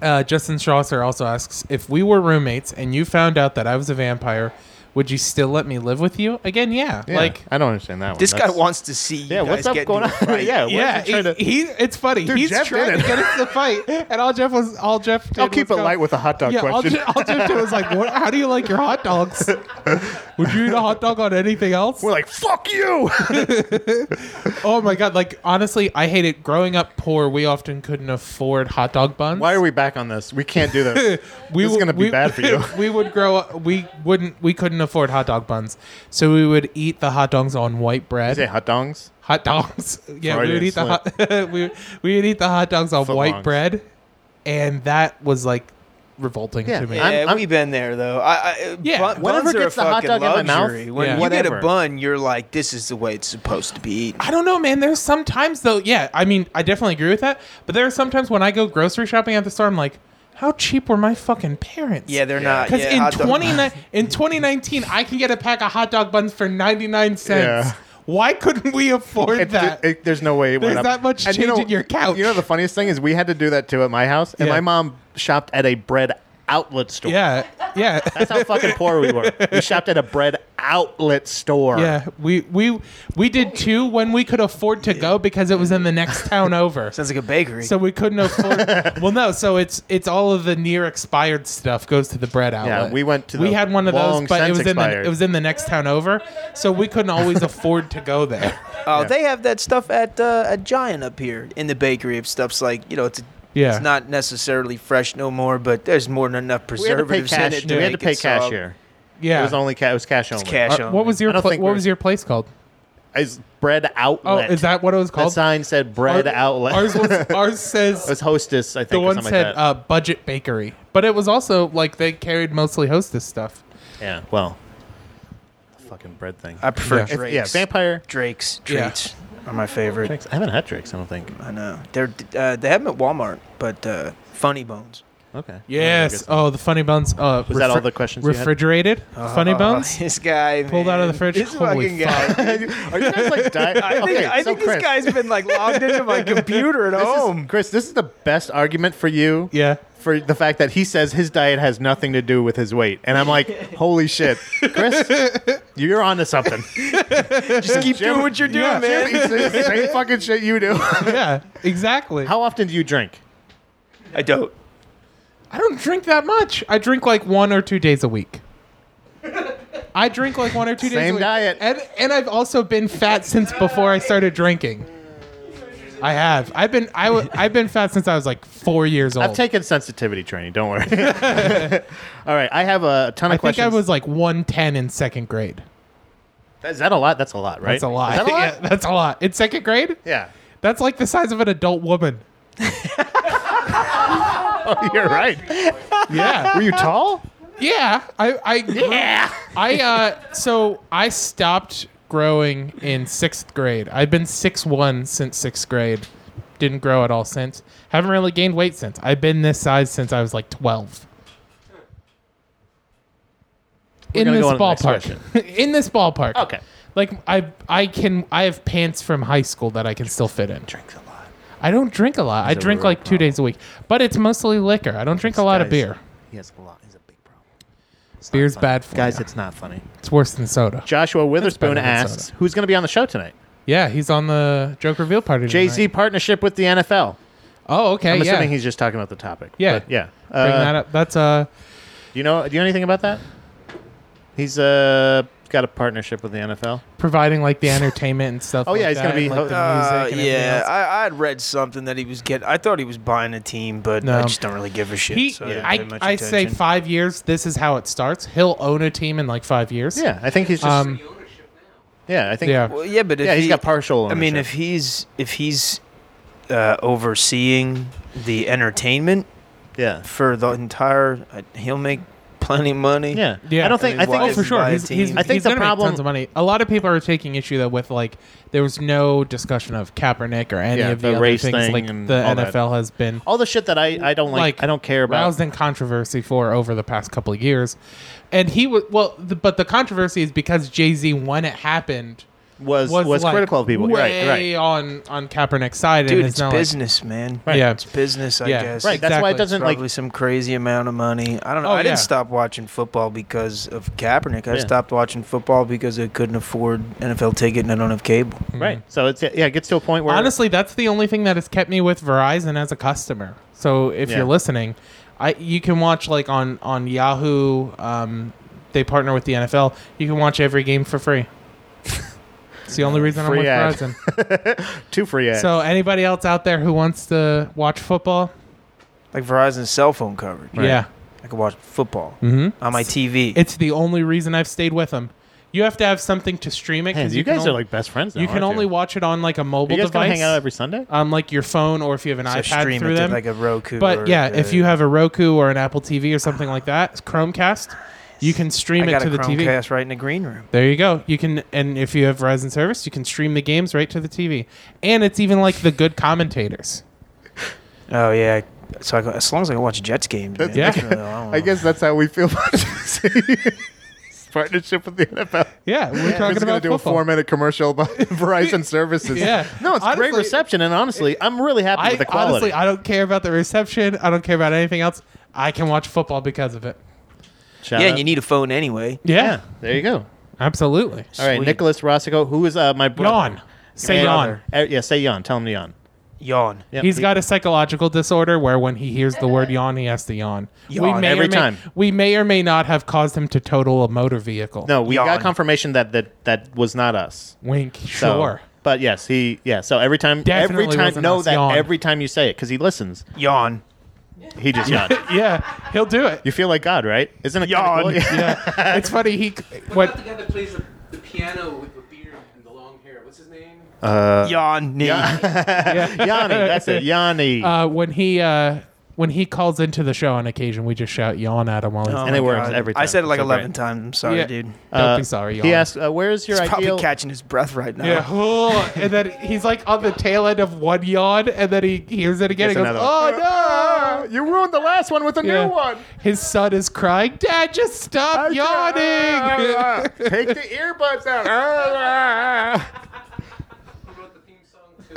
Uh, Justin Strasser also asks if we were roommates and you found out that I was a vampire, would you still let me live with you? Again, yeah.
Yeah,
Like,
I don't understand that one.
This guy
That's-
wants to see you
yeah, what's
guys
up
get
going on?
into a fight.
yeah, what
yeah.
is he trying
He,
to-
he- it's funny.
Dude,
He's
Jeff
trying
did
to
it.
get us the fight, and all Jeff was all Jeff. Did
I'll keep it
was go-
light with a hot dog
Yeah, all
question.
Jeff, all Jeff did was like, what, "How do you like your hot dogs? Would you eat a hot dog on anything else?"
We're like, fuck you.
oh my god! Like honestly, I hate it. Growing up poor, we often couldn't afford hot dog buns.
Why are we back on this? We can't do this.
we
this is
w-
gonna be
we-
bad for you.
we would grow up. We wouldn't. We couldn't afford hot dog buns, so we would eat the hot dogs on white bread.
Say hot dogs.
Hot dogs. yeah, we
Freudian
would eat the hot. we we would eat the hot dogs on white
Footlongs.
bread, and that was like revolting
Yeah.
to me.
Yeah,
I'm- I'm-
we've been there though. I, I, uh,
Yeah,
bun,
whatever
buns are a
gets the hot
fucking
dog in my mouth,
luxury. When
yeah.
you get
whatever.
a bun, you're like, this is the way it's supposed to be eaten.
I don't know, man. There's sometimes though. Yeah, I mean, I definitely agree with that. But there are sometimes when I go grocery shopping at the store, I'm like, how cheap were my fucking parents?
Yeah, they're not.
Because
yeah, hot
in
dog-
twenty nine in twenty nineteen, I can get a pack of hot dog buns for ninety nine cents.
Yeah.
Why couldn't we afford
It-
that?
it- there's no way it
There's
went up.
that much
And you
change
know-
in your couch.
You know the funniest thing is we had to do that too at my house, and
Yeah.
my mom shopped at a bread outlet store.
yeah, yeah,
that's how fucking poor we were. We shopped at a bread outlet store.
yeah. We we we did two when we could afford to go because it was in the next town over.
Sounds like a bakery.
So we couldn't afford. well, no. So it's it's all of the near expired stuff goes to the bread outlet.
we went to
we
the
had one of
long
those, but it
since
was in the
expired.
it was in the next town over, so we couldn't always afford to go there.
oh, they have that stuff at uh, a Giant up here in the bakery. Of stuff's like you know, it's
Yeah.
it's not necessarily fresh no more, but there's more than enough
We had to pay
preservatives in
cash.
it.
We had to
make
pay
it solid.
cash here.
Yeah.
It was only ca- it was cash only.
cash.
Uh, what was
I
your
don't
pla-
think
what
we're-
was your place called?
It's bread
Oh,
outlet.
is that what it was
the
called?
sign said bread
Our-
outlet?
Ours was ours
it
says
was hostess, I think,
the
or
one
something
said
like that.
uh, budget bakery, but it was also like they carried mostly hostess stuff.
yeah, well, the fucking bread thing.
I prefer
Yeah. If-
Drake's.
yeah, vampire.
Drake's
Yeah.
treats are my favorite.
Drinks. I haven't had drinks. I don't think.
I know they're uh, they have them at Walmart, but uh, Funny Bones.
Okay.
Yes.
Oh,
Oh, the funny bones. Uh,
Was that all the questions you had?
Refrigerated funny
Oh,
bones.
This guy
Pulled out of the
man.
fridge?
This
Holy
fucking guy.
Are you guys like di-
I think,
okay,
I
so
think
Chris,
this guy's been like logged into my computer at
this is-
home.
Chris, this is the best argument for you.
Yeah.
For the fact that he says his diet has nothing to do with his weight, and I'm like, holy shit, Chris, you're onto something.
Just keep doing what you're doing,
yeah,
man.
It's the same fucking shit you do.
Yeah. Exactly.
How often do you drink?
I don't.
I don't drink that much. I drink like one or two days a week. I drink like one or two days a
Same
week.
diet.
And and I've also been fat since before I started drinking. I have. I've been I w- I've been fat since I was like 4 years old.
I've taken sensitivity training. Don't worry. All right, I have a ton
I
of
think
questions.
I was like 110 in second grade.
Is that a lot? That's a lot, right?
That's a lot.
Is that a lot?
yeah, that's a lot. In second grade?
yeah.
That's like the size of an adult woman.
You're right.
Yeah.
Were you tall?
Yeah, I, I, yeah. I, uh, so I stopped growing in sixth grade. I've been six one since sixth grade. Didn't grow at all since. Haven't really gained weight since. I've been this size since I was like twelve. In
gonna
this
go on to the next
ballpark. in this ballpark.
Okay.
Like I, I can. I have pants from high school that I can still fit in. Drinks a lot. I don't drink a lot. I
a
drink
real
like two days a week, but it's mostly liquor. I don't drink a lot of
Guys,
beer.
He has a lot. He's a big problem. It's not
Beer's
funny.
bad for
Guys,
you.
it's not funny.
It's worse than soda.
Joshua Witherspoon
better than
asks,
soda.
who's going to be on the show tonight?
Yeah, he's on the joke reveal party.
Jay Z partnership with the NFL.
Oh, okay.
I'm
yeah.
assuming he's just talking about the topic.
Yeah.
But yeah.
Bring
Uh,
that up. That's uh.
Do you know? Do you know anything about that? He's uh got a partnership with the NFL.
providing like the entertainment and stuff.
Oh, yeah,
like
he's gonna
that,
be
and, like, the
Uh,
music and everything
yeah,
else.
I, I'd read something that he was getting. I thought he was buying a team, but
No.
I just don't really give a shit.
He,
so I, didn't pay
I,
much
I say
attention.
five years. This is how it starts. He'll own a team in like five years.
Yeah, I think he's just.
Um.
The ownership now.
yeah, I think.
Yeah.
Well, yeah, but if
Yeah, he's
he,
got partial.
I mean,
ownership.
if he's if he's uh, overseeing the entertainment
yeah,
for the entire, uh, he'll make plenty of money.
yeah,
Yeah.
I don't think. I,
I mean,
think.
why
Oh,
it's-
for sure.
buy a
He's,
team.
he's,
I
think
he's
the
gonna make
problem-
tons of money. A lot of people are taking issue though with like there was no discussion of Kaepernick or any
Yeah,
of
the
the, other
race
things
thing
like
and
the
all
NFL
that.
has been
all the shit that I, I don't like,
Like,
I don't care about.
roused in controversy for over the past couple of years, and he was well, the, but the controversy is because Jay Z when it happened
was was,
was, like,
critical of people.
way
Right, right,
on on Kaepernick's side,
Dude,
and
it's
now like-
business, man.
Right.
yeah,
It's business, I
Yeah.
guess.
right. That's why it
Exactly.
doesn't
Probably
like.
some crazy amount of money. I don't know.
Oh,
I
yeah.
didn't stop watching football because of Kaepernick. I
Yeah.
stopped watching football because I couldn't afford NFL ticket and I don't have cable.
Mm-hmm.
Hmm.
Right. So it's yeah, it gets to a point where
honestly, that's the only thing that has kept me with Verizon as a customer. So if
Yeah.
you're listening, I you can watch like on on Yahoo. Um, they partner with the NFL. You can watch every game for free. It's the only reason
Free
I'm with
ad.
Verizon.
two free ads.
So anybody else out there who wants to watch football,
Like Verizon's cell phone coverage.
yeah,
I could watch football
mm-hmm.
on my TV.
it's the only reason I've stayed with them. You have to have something to stream it
Man,
because
you, guys are like best friends. Now,
you can
aren't
only
you?
watch it on like a mobile
You guys gonna
device,
hang out every Sunday?
on like your phone or if you have an
so
iPad
stream
through
it to
them.
like a Roku. or
But yeah, if
the-
you have a Roku or an Apple TV or something like that, it's Chromecast, you can
I
stream it
got
to
a
the TV.
Chromecast right in the green room.
There you go. You can, and if you have Verizon service, you can stream the games right to the TV. And it's even like the good commentators.
Oh yeah. So I, go- as long as I can watch Jets games, man,
Yeah.
that's really all I, want.
I guess that's how we feel about Jay-Z's partnership with the NFL.
Yeah, we're
We're
talking
just
about
gonna do a
football.
four-minute commercial about Verizon services.
Yeah.
no, it's
Honestly-
great.
Great reception, and honestly, I'm really happy with
I
the quality.
honestly, I don't care about the reception. I don't care about anything else. I can watch football because of it.
Shout
Yeah,
out.
and you need a phone anyway.
Yeah,
yeah. There you go.
absolutely.
All right,
Sweet.
Nicholas Rossico, who is uh, my brother.
Yawn. Say
And-
yawn.
Uh, yeah, say yawn. Tell him to yawn.
Yawn.
Yep.
He's got a psychological disorder where when he hears the word yawn, he has to yawn.
Yawn
or
every
may,
time.
We may or may not have caused him to total a motor vehicle.
No, we
Yawn.
got confirmation that that that was not us.
Wink.
So,
Sure.
But yes, he yeah. So every time,
Definitely
every time,
wasn't
know
us.
that
Yawn.
every time you say it because he listens,
Yawn.
he just yawned.
yeah, he'll do it.
You feel like God, right? Isn't it
Yawn.
kinda cool?
Yeah, it's funny. He
What, about
what?
the guy that plays the, the piano with the beard and the long hair? What's his name?
Uh,
Yawn. knee.
Yeah.
Yanni, that's it. Yanni.
Uh, when he uh, when he calls into the show on occasion, we just shout yawn at him while he's.
Oh
And it
my
works
God.
every
I
time.
said it like
So great.
eleven times. I'm sorry,
Yeah.
dude.
Don't
Uh,
be sorry, yawn.
He asked, uh, "Where is your
He's
ideal?"
probably catching his breath right now.
Yeah, oh, and then he's like on the tail end of one yawn, and then he hears it again.
Gets
and goes,
another
"Oh no!"
Ah, you ruined the last one with a
Yeah.
new one.
His son is crying. Dad, just stop yawning.
Ah, Take the earbuds out. Ah, ah.
Who wrote the theme song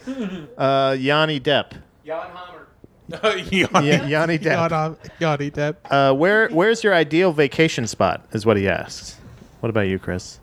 to Device?
uh, Yanni Depp.
Jan Hammer.
yawn.
Y- Yanni Depp.
Yawn, yawny Depp.
Uh, where Where's your ideal vacation spot? Is what he asks. What about you, Chris?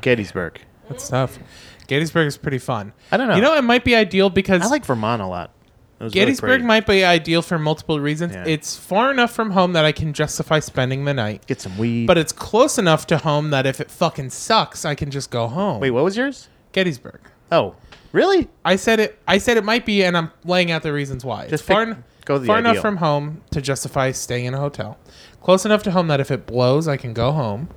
Gettysburg.
That's tough. Gettysburg is pretty fun.
I don't know.
You know, it might be ideal because
I like Vermont a lot. It was really
Gettysburg
pretty.
might be ideal for multiple reasons.
Yeah.
It's far enough from home that I can justify spending the night,
get some weed.
but it's close enough to home that if it fucking sucks, I can just go home.
wait, what was yours?
Gettysburg.
Oh, really?
I said it. I said it might be, and I'm laying out the reasons why. It's
Just
far,
pick-
en-
go with the
far enough
ideal.
from home to justify staying in a hotel, close enough to home that if it blows, I can go home,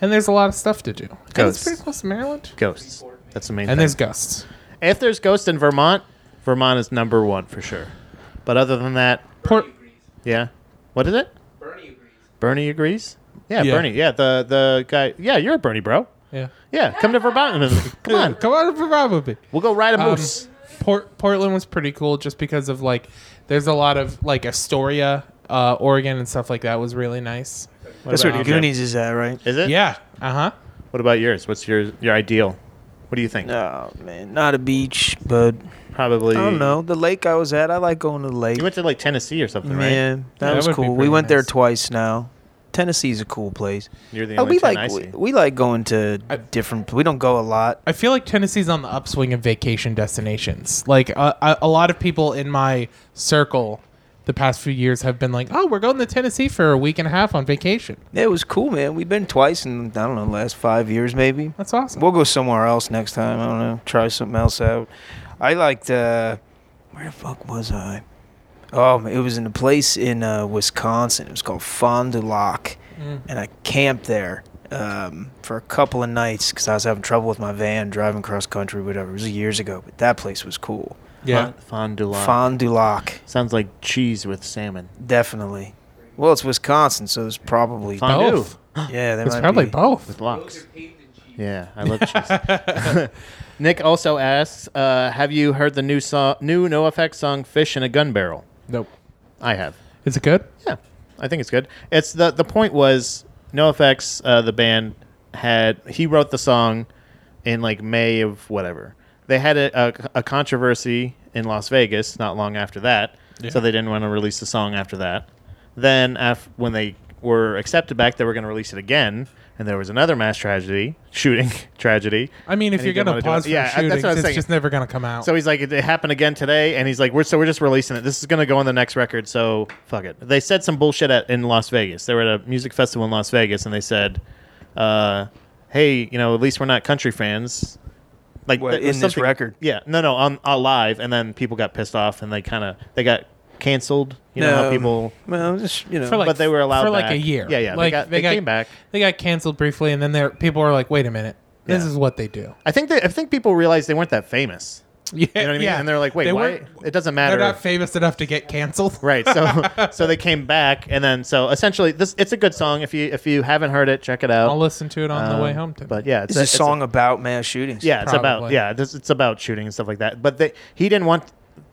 and there's a lot of stuff to do. And
Ghosts.
it's pretty close to Maryland,
Ghosts. That's the main
and
thing.
there's ghosts.
If there's ghosts in Vermont, Vermont is number one for sure. But other than that,
Por-
Bernie agrees.
yeah. What is it?
Bernie agrees.
Bernie agrees. Yeah,
Yeah.
Bernie. Yeah, the the guy. Yeah, you're a Bernie bro.
yeah.
Yeah, come to Vermont. Come on,
Come on, probably.
we'll go ride a
Um,
moose.
Port- Portland was pretty cool just because of like there's a lot of like Astoria, uh, Oregon, and stuff like that was really nice.
What
That's where
about
the
you, Jim?
Goonies is at, right?
Is it?
Yeah. Uh huh.
What about yours? What's your your ideal? What do you think?
Oh man, not a beach, but
Probably.
I don't know. The lake I was at, I like going to the lake.
You went to like Tennessee or something, right?
Yeah, that
that
was
would be
cool. We
pretty
went there
nice.
twice now. Tennessee's a cool place.
You're the
Oh,
only
we
ten I
like
see.
we, we like going to
I-
different. We don't go a lot.
I feel like Tennessee's on the upswing of vacation destinations. Like a, a, a lot of people in my circle the past few years have been like, "Oh, we're going to Tennessee for a week and a half on vacation."
It was cool, man. We've been twice in I don't know last five years maybe.
That's awesome.
We'll go somewhere else next time. I don't know. Try something else out. I liked. Uh, where the fuck was I? Oh, it was in a place in uh, Wisconsin. It was called Fond du Lac,
Mm.
and I camped there um, for a couple of nights because I was having trouble with my van driving cross country, whatever. It was years ago, but that place was cool.
Yeah.
Fond- Fond du Lac.
Fond du Lac,
Sounds like cheese with salmon.
definitely. Well, it's Wisconsin, so it's probably
Fondue.
Both.
yeah. There
It's
might
probably
be.
both.
With
Those
locks.
are paved in cheese.
Yeah, I love cheese. Nick also asks, uh, "Have you heard the new song, new No Effects song, Fish in a Gun Barrel?"
Nope.
I have.
Is it good?
Yeah, I think it's good. It's the the point was NoFX, uh, the band had he wrote the song in like May of whatever. They had a, a, a controversy in Las Vegas not long after that, so they didn't want to release the song after that. Then af- when they were accepted back, they were going to release it again, and there was another mass tragedy, shooting tragedy.
I mean, if
And he
you're
didn't
gonna
wanna do
pause
it.
for
Yeah, that's what I
shootings,
was
it's
saying.
just never gonna come out.
So he's like, it it happened again today, and he's like, we're so we're just releasing it. This is gonna go on the next record, so fuck it. They said some bullshit at, in Las Vegas. They were at a music festival in Las Vegas, and they said, uh, hey, you know, at least we're not country fans. Like
What,
th- it was
in this
something-
record?
yeah, no, no, on, on live, and then people got pissed off, and they kind of they got canceled. You know how
No.
people.
Well, just you know.
For like-
but they were allowed
for like
back.
a year.
Yeah, yeah.
Like,
they got,
they
they,
got-
came back.
they got canceled briefly, and then there people were like, "Wait a minute, this
Yeah.
is what they do."
I think they, I think people realized they weren't that famous.
Yeah,
You know what I mean? And they're like, wait,
They
why?
weren't-
It doesn't
They're
matter.
not famous enough to get canceled.
Right. So so they came back and then so essentially this it's a good song. If you if you haven't heard it, check it out.
I'll listen to it on
Um,
the way home. Today.
But yeah, it's
It's a song about mass shootings.
yeah, it's about
Probably.
yeah, this, it's about shooting and stuff like that. But they, he didn't want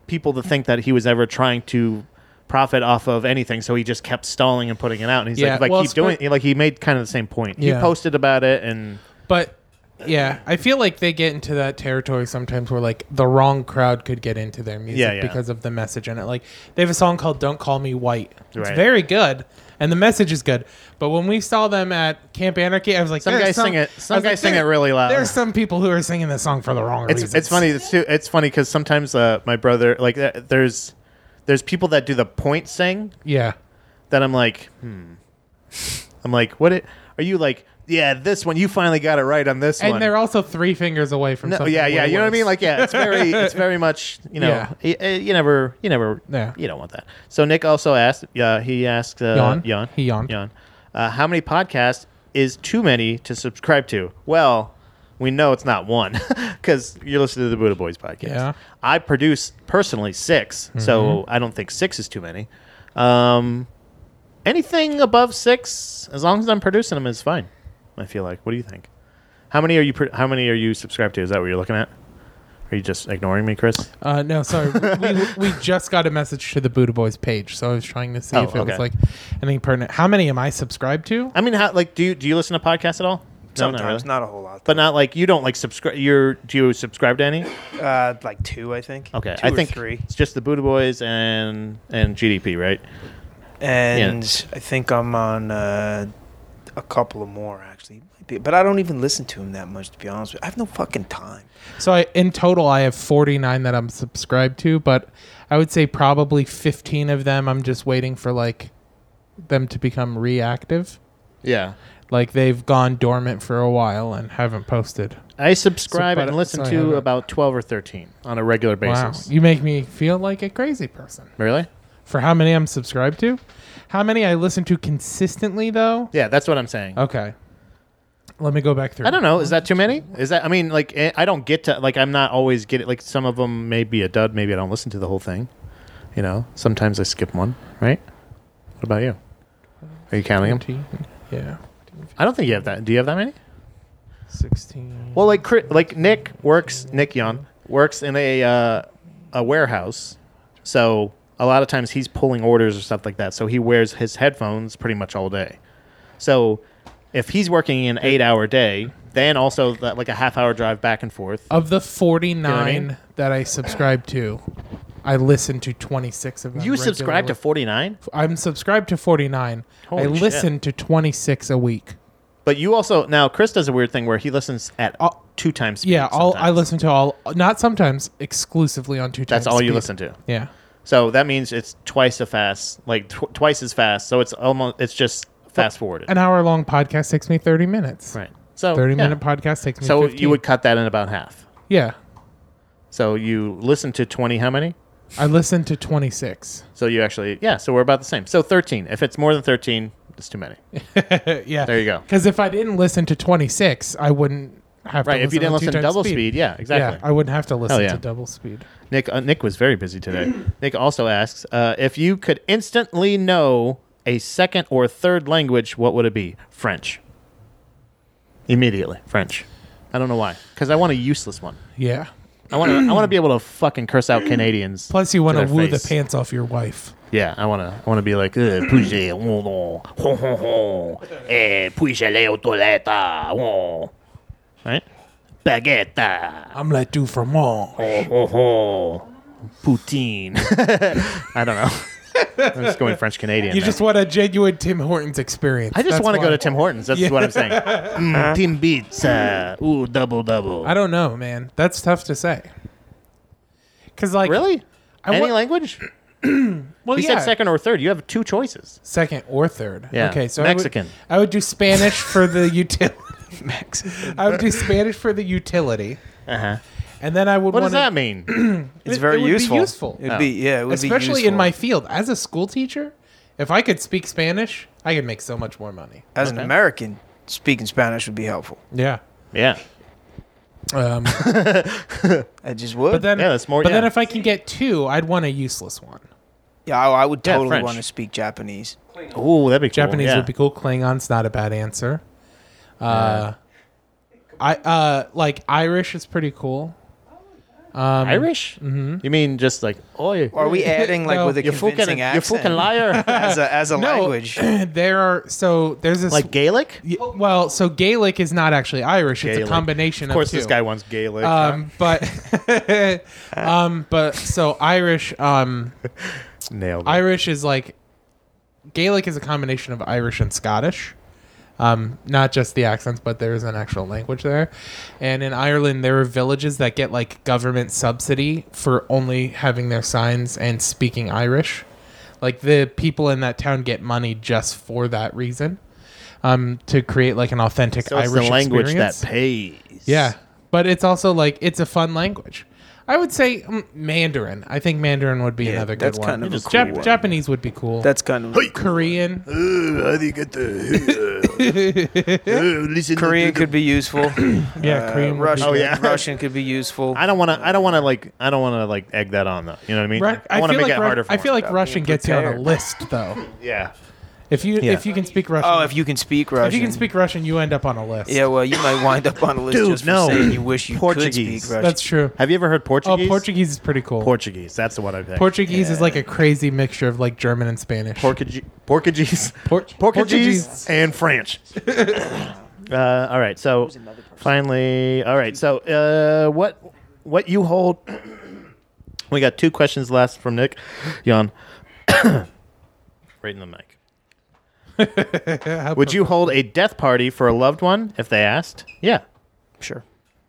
people to think that he was ever trying to profit off of anything, so he just kept stalling and putting it out. And he's
Yeah,
like, like
well,
keep
spe-
doing it. like he made kind of the same point.
Yeah.
He posted about it and
But yeah, I feel like they get into that territory sometimes where like the wrong crowd could get into their music
Yeah, yeah.
because of the message in it. Like they have a song called "Don't Call Me White." It's
Right.
very good, and the message is good. But when we saw them at Camp Anarchy, I was like,
Some
"There are
guys sing it-
I was
some
like,
guys sing
there-
it really loud.
There are some people who are singing this song for the wrong
it's
reasons.
it's funny it's too it's funny because sometimes uh, my brother like uh, there's there's people that do the point sing
Yeah,
that I'm like, hmm. I'm like, what? It, are you like? Yeah, this one. You finally got it right on this
and
one.
they're also three fingers away from.
no,
something
yeah, yeah.
way
You know what I mean?
worse.
Like, yeah, it's very, it's very much. You know,
Yeah.
y- y- you never, you never,
Yeah.
you don't want that. So Nick also asked. Uh, he asked. Uh,
Yawn.
Yawn.
He yawned.
Yawn. Uh, how many podcasts is too many to subscribe to? Well, we know it's not one because you're listening to the Buddha Boys podcast.
Yeah.
I produce personally 6 so I don't think six is too many. Um, anything above six, as long as I'm producing them, is fine. I feel like. What do you think? How many are you? Pro- how many are you subscribed to? Is that what you're looking at? Are you just ignoring me, Chris?
Uh, no, sorry. we, we just got a message to the Buddha Boys page, so I was trying to see
Oh,
if it
okay.
was like anything pertinent. How many am I subscribed to?
I mean, how like do you do you listen to podcasts at all? No,
Sometimes
not really.
not a whole lot.
But not like you don't like subscribe. You're do you subscribe to any?
Uh, like two, I think.
Okay,
two
I
or
think
three,
it's just the Buddha Boys and and GDP, right?
and I think I'm on uh, a couple of more actually. But I don't even listen to him that much, to be honest with you. I have no fucking time.
So I, in total, I have 49 that I'm subscribed to, but I would say probably 15 of them I'm just waiting for like them to become reactive.
Yeah.
Like they've gone dormant for a while and haven't posted.
I subscribe
So, but-
and listen
sorry, hold
to
on.
about twelve or thirteen on a regular basis.
Wow, you make me feel like a crazy person.
Really?
For how many I'm subscribed to? How many I listen to consistently though?
Yeah, that's what I'm saying.
Okay. Let me go back through.
I don't know. Is that too many? Is that? I mean, like, eh, I don't get to like. I'm not always getting like some of them. Maybe a dud. Maybe I don't listen to the whole thing. You know, sometimes I skip one, right? What about you? Are you counting them?
Yeah.
I don't think you have that. Do you have that many?
16.
Well, like Chri- like Nick works Nick Yon works in a uh, a warehouse, so a lot of times he's pulling orders or stuff like that. So he wears his headphones pretty much all day. So if he's working an eight hour day, then also that, like a half hour drive back and forth.
of the 49
You know what I mean?
that I subscribe to, I listen to 26 of them.
you subscribe to
regularly.
forty nine,
I'm subscribed to 49. I
Holy shit.
listen to 26 a week.
but you also now Chris does a weird thing where he listens at
Uh,
two times. Speed
Yeah, all, I
sometimes.
listen to all, not sometimes, exclusively on two
That's
times
all you
speed.
listen to.
Yeah.
So that means it's twice as fast, like tw- twice as fast. So it's almost it's just fast forwarded.
An hour long podcast takes me 30 minutes.
Right. So
30
yeah.
minute podcast takes me
So
15.
you would cut that in about half.
Yeah.
So you listen to twenty. How many?
I listen to 26.
So you actually yeah. So we're about the same. So thirteen. If it's more than thirteen, it's too many.
yeah.
There you go.
Because if I didn't listen to 26, I wouldn't have to
Right. If you didn't
on
listen to
two-time
double speed, yeah, exactly.
Yeah, I wouldn't have to listen
Hell yeah.
to double speed.
Nick uh, Nick was very busy today. Nick also asks uh, if you could instantly know a second or third language, what would it be? French. Immediately, French. I don't know why, because I want a useless one.
Yeah.
I want to. I want to be able to fucking curse out Canadians.
Plus, you want to
their
woo
face.
the pants off your wife.
Yeah, I want to. I want to be like, "Eh, puja, oh, no. Ho, ho, ho. Eh, puja le autoleta, oh." right? Baguette,
I'm like, do for more.
ho, ho, ho. poutine. I don't know. I'm just going French Canadian.
You just want a genuine Tim Hortons experience.
I just
That's
want to
why.
go to Tim Hortons. That's what I'm saying. Mm, Tim Beats. Uh, ooh, double double.
I don't know, man. That's tough to say. Because, like,
really?
I
Any
wa-
language?
Well,
He
yeah.
said second or third. You have two choices.
Second or third.
Yeah.
Okay, so
Mexican.
I would, I would do Spanish for the utility. Mexican. I would do Spanish for the utility,
Uh huh.
and then I would.
What
Uh-huh. wanna,
does that mean?
It's
it-
very
it would be
useful.
useful.
It'd be yeah, it would be
Especially in
useful.
my field, as a school teacher, if I could speak Spanish, I could make so much more money.
as an American speaking Spanish would be helpful.
Yeah.
yeah.
Um,
I just would.
but then,
Yeah, that's more-
But then,
yeah.
if I can get two, I'd want a useless one.
yeah, I, I would
Yeah,
totally
French.
want to speak Japanese.
Ooh, that'd be cool.
Japanese
yeah.
would be cool. Klingon's not a bad answer. Uh, I uh like Irish is pretty cool. Um,
Irish? You mean just like, oi,
Are we adding like
No.
with a
you
convincing
fucking, you
accent
fucking liar?
as a as a
No,
language?
there are so there's this
like Gaelic?
y- well, so Gaelic is not actually Irish.
Gaelic.
It's a combination
Of course,
two.
this guy wants Gaelic.
Um, but um, but so Irish um
Nailed it.
Irish is like Gaelic is a combination of Irish and Scottish. Um, not just the accents, but there is an actual language there. And in Ireland, there are villages that get like government subsidy for only having their signs and speaking Irish. Like the people in that town get money just for that reason, um, to create like an authentic
so
Irish
it's the language
experience.
that pays.
Yeah, but it's also like it's a fun language. I would say mm, Mandarin. I think Mandarin would be another good
that's
one.
kind of a cool
Jap-
one.
Japanese would be cool.
That's kind of
Korean.
how do you get the? listen
Korean could be useful.
Yeah,
Uh,
Korean. would be
Russian,
good.
Oh, yeah.
Russian could be useful.
I don't want to. I don't want to like. I don't want to like egg that on though. You know what I mean?
Ru- I,
want to
feel
make
like
it
Ru-
harder. For
I feel
him.
like Russian gets you on a
prepared.
list though.
Yeah.
If you
Yeah.
if you can speak Russian,
oh, if you can speak Russian.
if you can speak Russian, you end up on a list.
Yeah, well, you might wind up on a list
Dude,
just for
no.
saying you wish you could
Portuguese.
speak Russian.
that's true.
Have you ever heard
Oh,
Portuguese?
Portuguese is pretty cool.
Portuguese. That's the one I think.
Portuguese is like a crazy mixture of like German and Spanish.
Portuguese. Portuguese.
Por-
Portuguese and French. uh, all right, so finally, all right, so uh, what what you hold? we got two questions left from Nick, Jan, right in the mic.
How
Would you hold a death party for a loved one if they asked? Yeah,
Sure.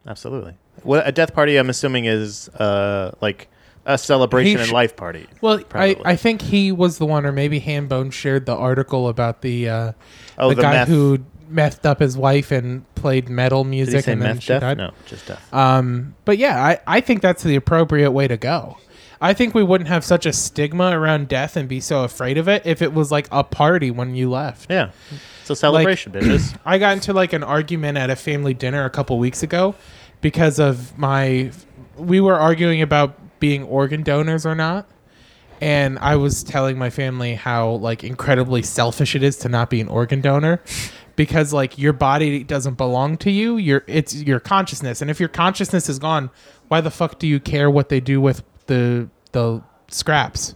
absolutely. What a death party, I'm assuming, is uh, like a celebration
He
and
sh-
life party.
Well, I,
Probably.
I think he was the one, or maybe Hambone shared the article about the uh,
Oh,
the,
the
guy
meth.
who methed up his wife and played metal
Did he
music
say
and then
meth
she
death?
died.
No, just death.
Um, but yeah, I, I think that's the appropriate way to go. I think we wouldn't have such a stigma around death and be so afraid of it if it was like a party when you left.
yeah, it's a celebration, bitches.
I got into like an argument at a family dinner a couple weeks ago because of my. We were arguing about being organ donors or not. and I was telling my family how like incredibly selfish it is to not be an organ donor because like your body doesn't belong to you. Your it's your consciousness, and if your consciousness is gone, why the fuck do you care what they do with the the scraps?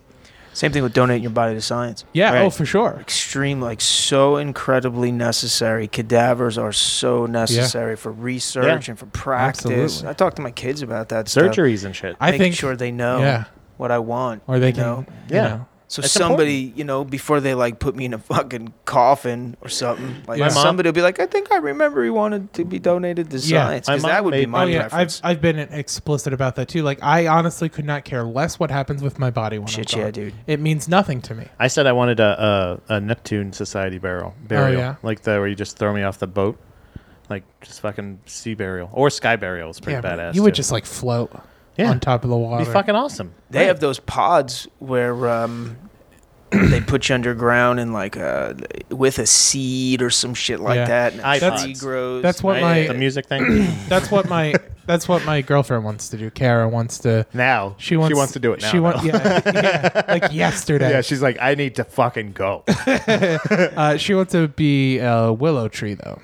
Same thing with donating your body to science.
Yeah,
Right.
oh for sure.
Extreme, like so incredibly necessary. Cadavers are so necessary for research
Yeah.
and for practice.
Absolutely.
I talk to my kids about that stuff.
Surgeries and shit.
I
making
think
sure they know
yeah.
what I want.
or they
you
can
know?
you
Yeah.
know.
So
It's
somebody, you know, before they like put me in a fucking coffin or something, like
My mom-
somebody will be like, "I think I remember he wanted to be donated to
Yeah.
science."
My
'cause
mom
that would be
made-
my
oh, yeah,
preference.
I've I've been explicit about that too. Like I honestly could not care less what happens with my body when
Shit,
I'm
yeah,
gone.
dude.
It means nothing to me.
I said I wanted a, a, a Neptune Society burial. Burial.
Oh, yeah.
Like the, where you just throw me off the boat. Like just fucking sea burial. Or sky burial is pretty
yeah, but
badass.
You would
too.
just like float
Yeah.
on top of the
be
water.
fucking awesome.
they have those pods where um, they put you underground and like uh, with a seed or some shit like
Yeah.
that. And a
That's-
tree grows.
that's what
Right?
my-
the music thing.
That's what my that's what my girlfriend wants to do. Kara wants to.
Now
She wants.
to do it now.
She
though.
wants. Yeah, yeah, like yesterday.
yeah, she's like, I need to fucking go.
uh, she wants to be a willow tree though.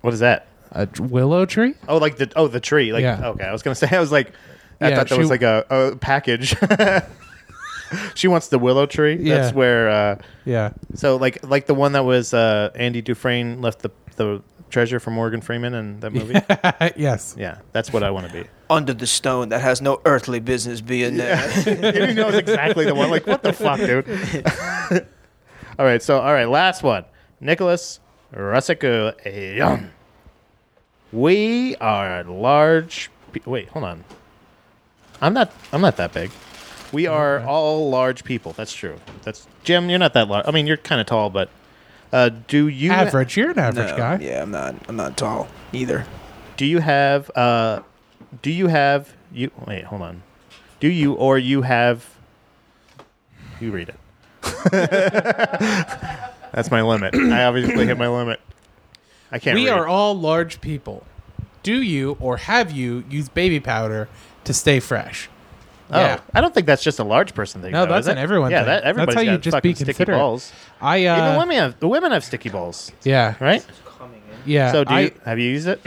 what is that?
A d- willow tree?
Oh, like the oh the tree. Like
Yeah.
okay, I was gonna say I was like, I
Yeah,
thought that
she-
was like a, a package. she wants the willow tree.
Yeah.
That's where. Uh,
Yeah.
so like like the one that was uh, Andy Dufresne left the the treasure for Morgan Freeman in that movie.
yes.
yeah, that's what I want to be.
under the stone that has no earthly business being there.
you know it's exactly the one. Like what the fuck, dude? all right, so all right, last one. Nicholas Rusick Young.
We are large. Pe- Wait, hold on. I'm not. I'm not that big.
Oh,
We are all large people. That's true. That's Jim. You're not that large. I mean, you're kind of tall, but uh, do you
Average. You're an average
No,
guy.
Yeah, I'm not. I'm not tall either.
do you have uh, do you have you? Wait, hold on. Do you or you have? You read it.
That's my limit. I obviously hit my limit.
I can't.
We
read.
are all large people. Do you or have you used baby powder to stay fresh?
Oh, I don't think that's just a large person thing.
No,
though,
that's
is
an
it?
everyone
Yeah,
thing.
that
That's
everybody's
how you
got
just be
fucking sticky
considerate.
balls.
I uh,
Even women have the women have sticky balls,
yeah,
right?
yeah.
so do
Uh, I,
you, have you used it?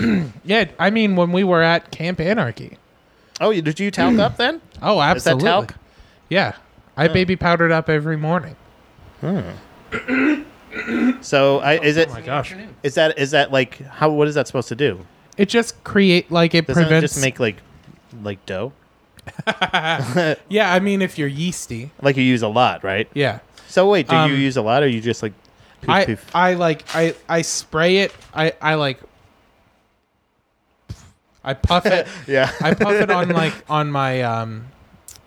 yeah, I mean, when we were at Camp Anarchy,
Oh, you- did you talc up then?
oh, absolutely,
talc? Hmm.
yeah. I baby powdered up every morning.
So I, is it is
Oh my gosh,
that is that like how what is that supposed to do?
it just create like it
Doesn't
prevents.
it just make like like dough?
yeah, I mean, if you're yeasty,
Like you use a lot, right?
yeah.
So wait, do
Um,
you use a lot or you just like poof
I
poof?
I like I I spray it. I I like. I puff it.
Yeah.
I puff it on like on my um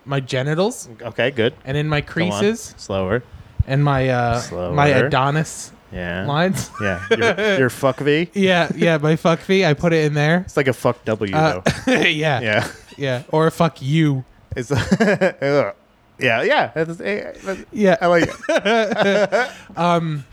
my genitals
okay, good.
and in my
Go on.
creases
Slower.
and my uh my
Slower.
Adonis
Yeah.
lines.
Yeah, your, your fuck V.
Yeah, yeah, my fuck V. I put it in there.
It's like a fuck W
Uh,
though.
yeah, yeah,
Yeah,
Or fuck you.
it's
uh,
Ugh. yeah, yeah. That's, eh, that's-
Yeah,
Oh.
I like.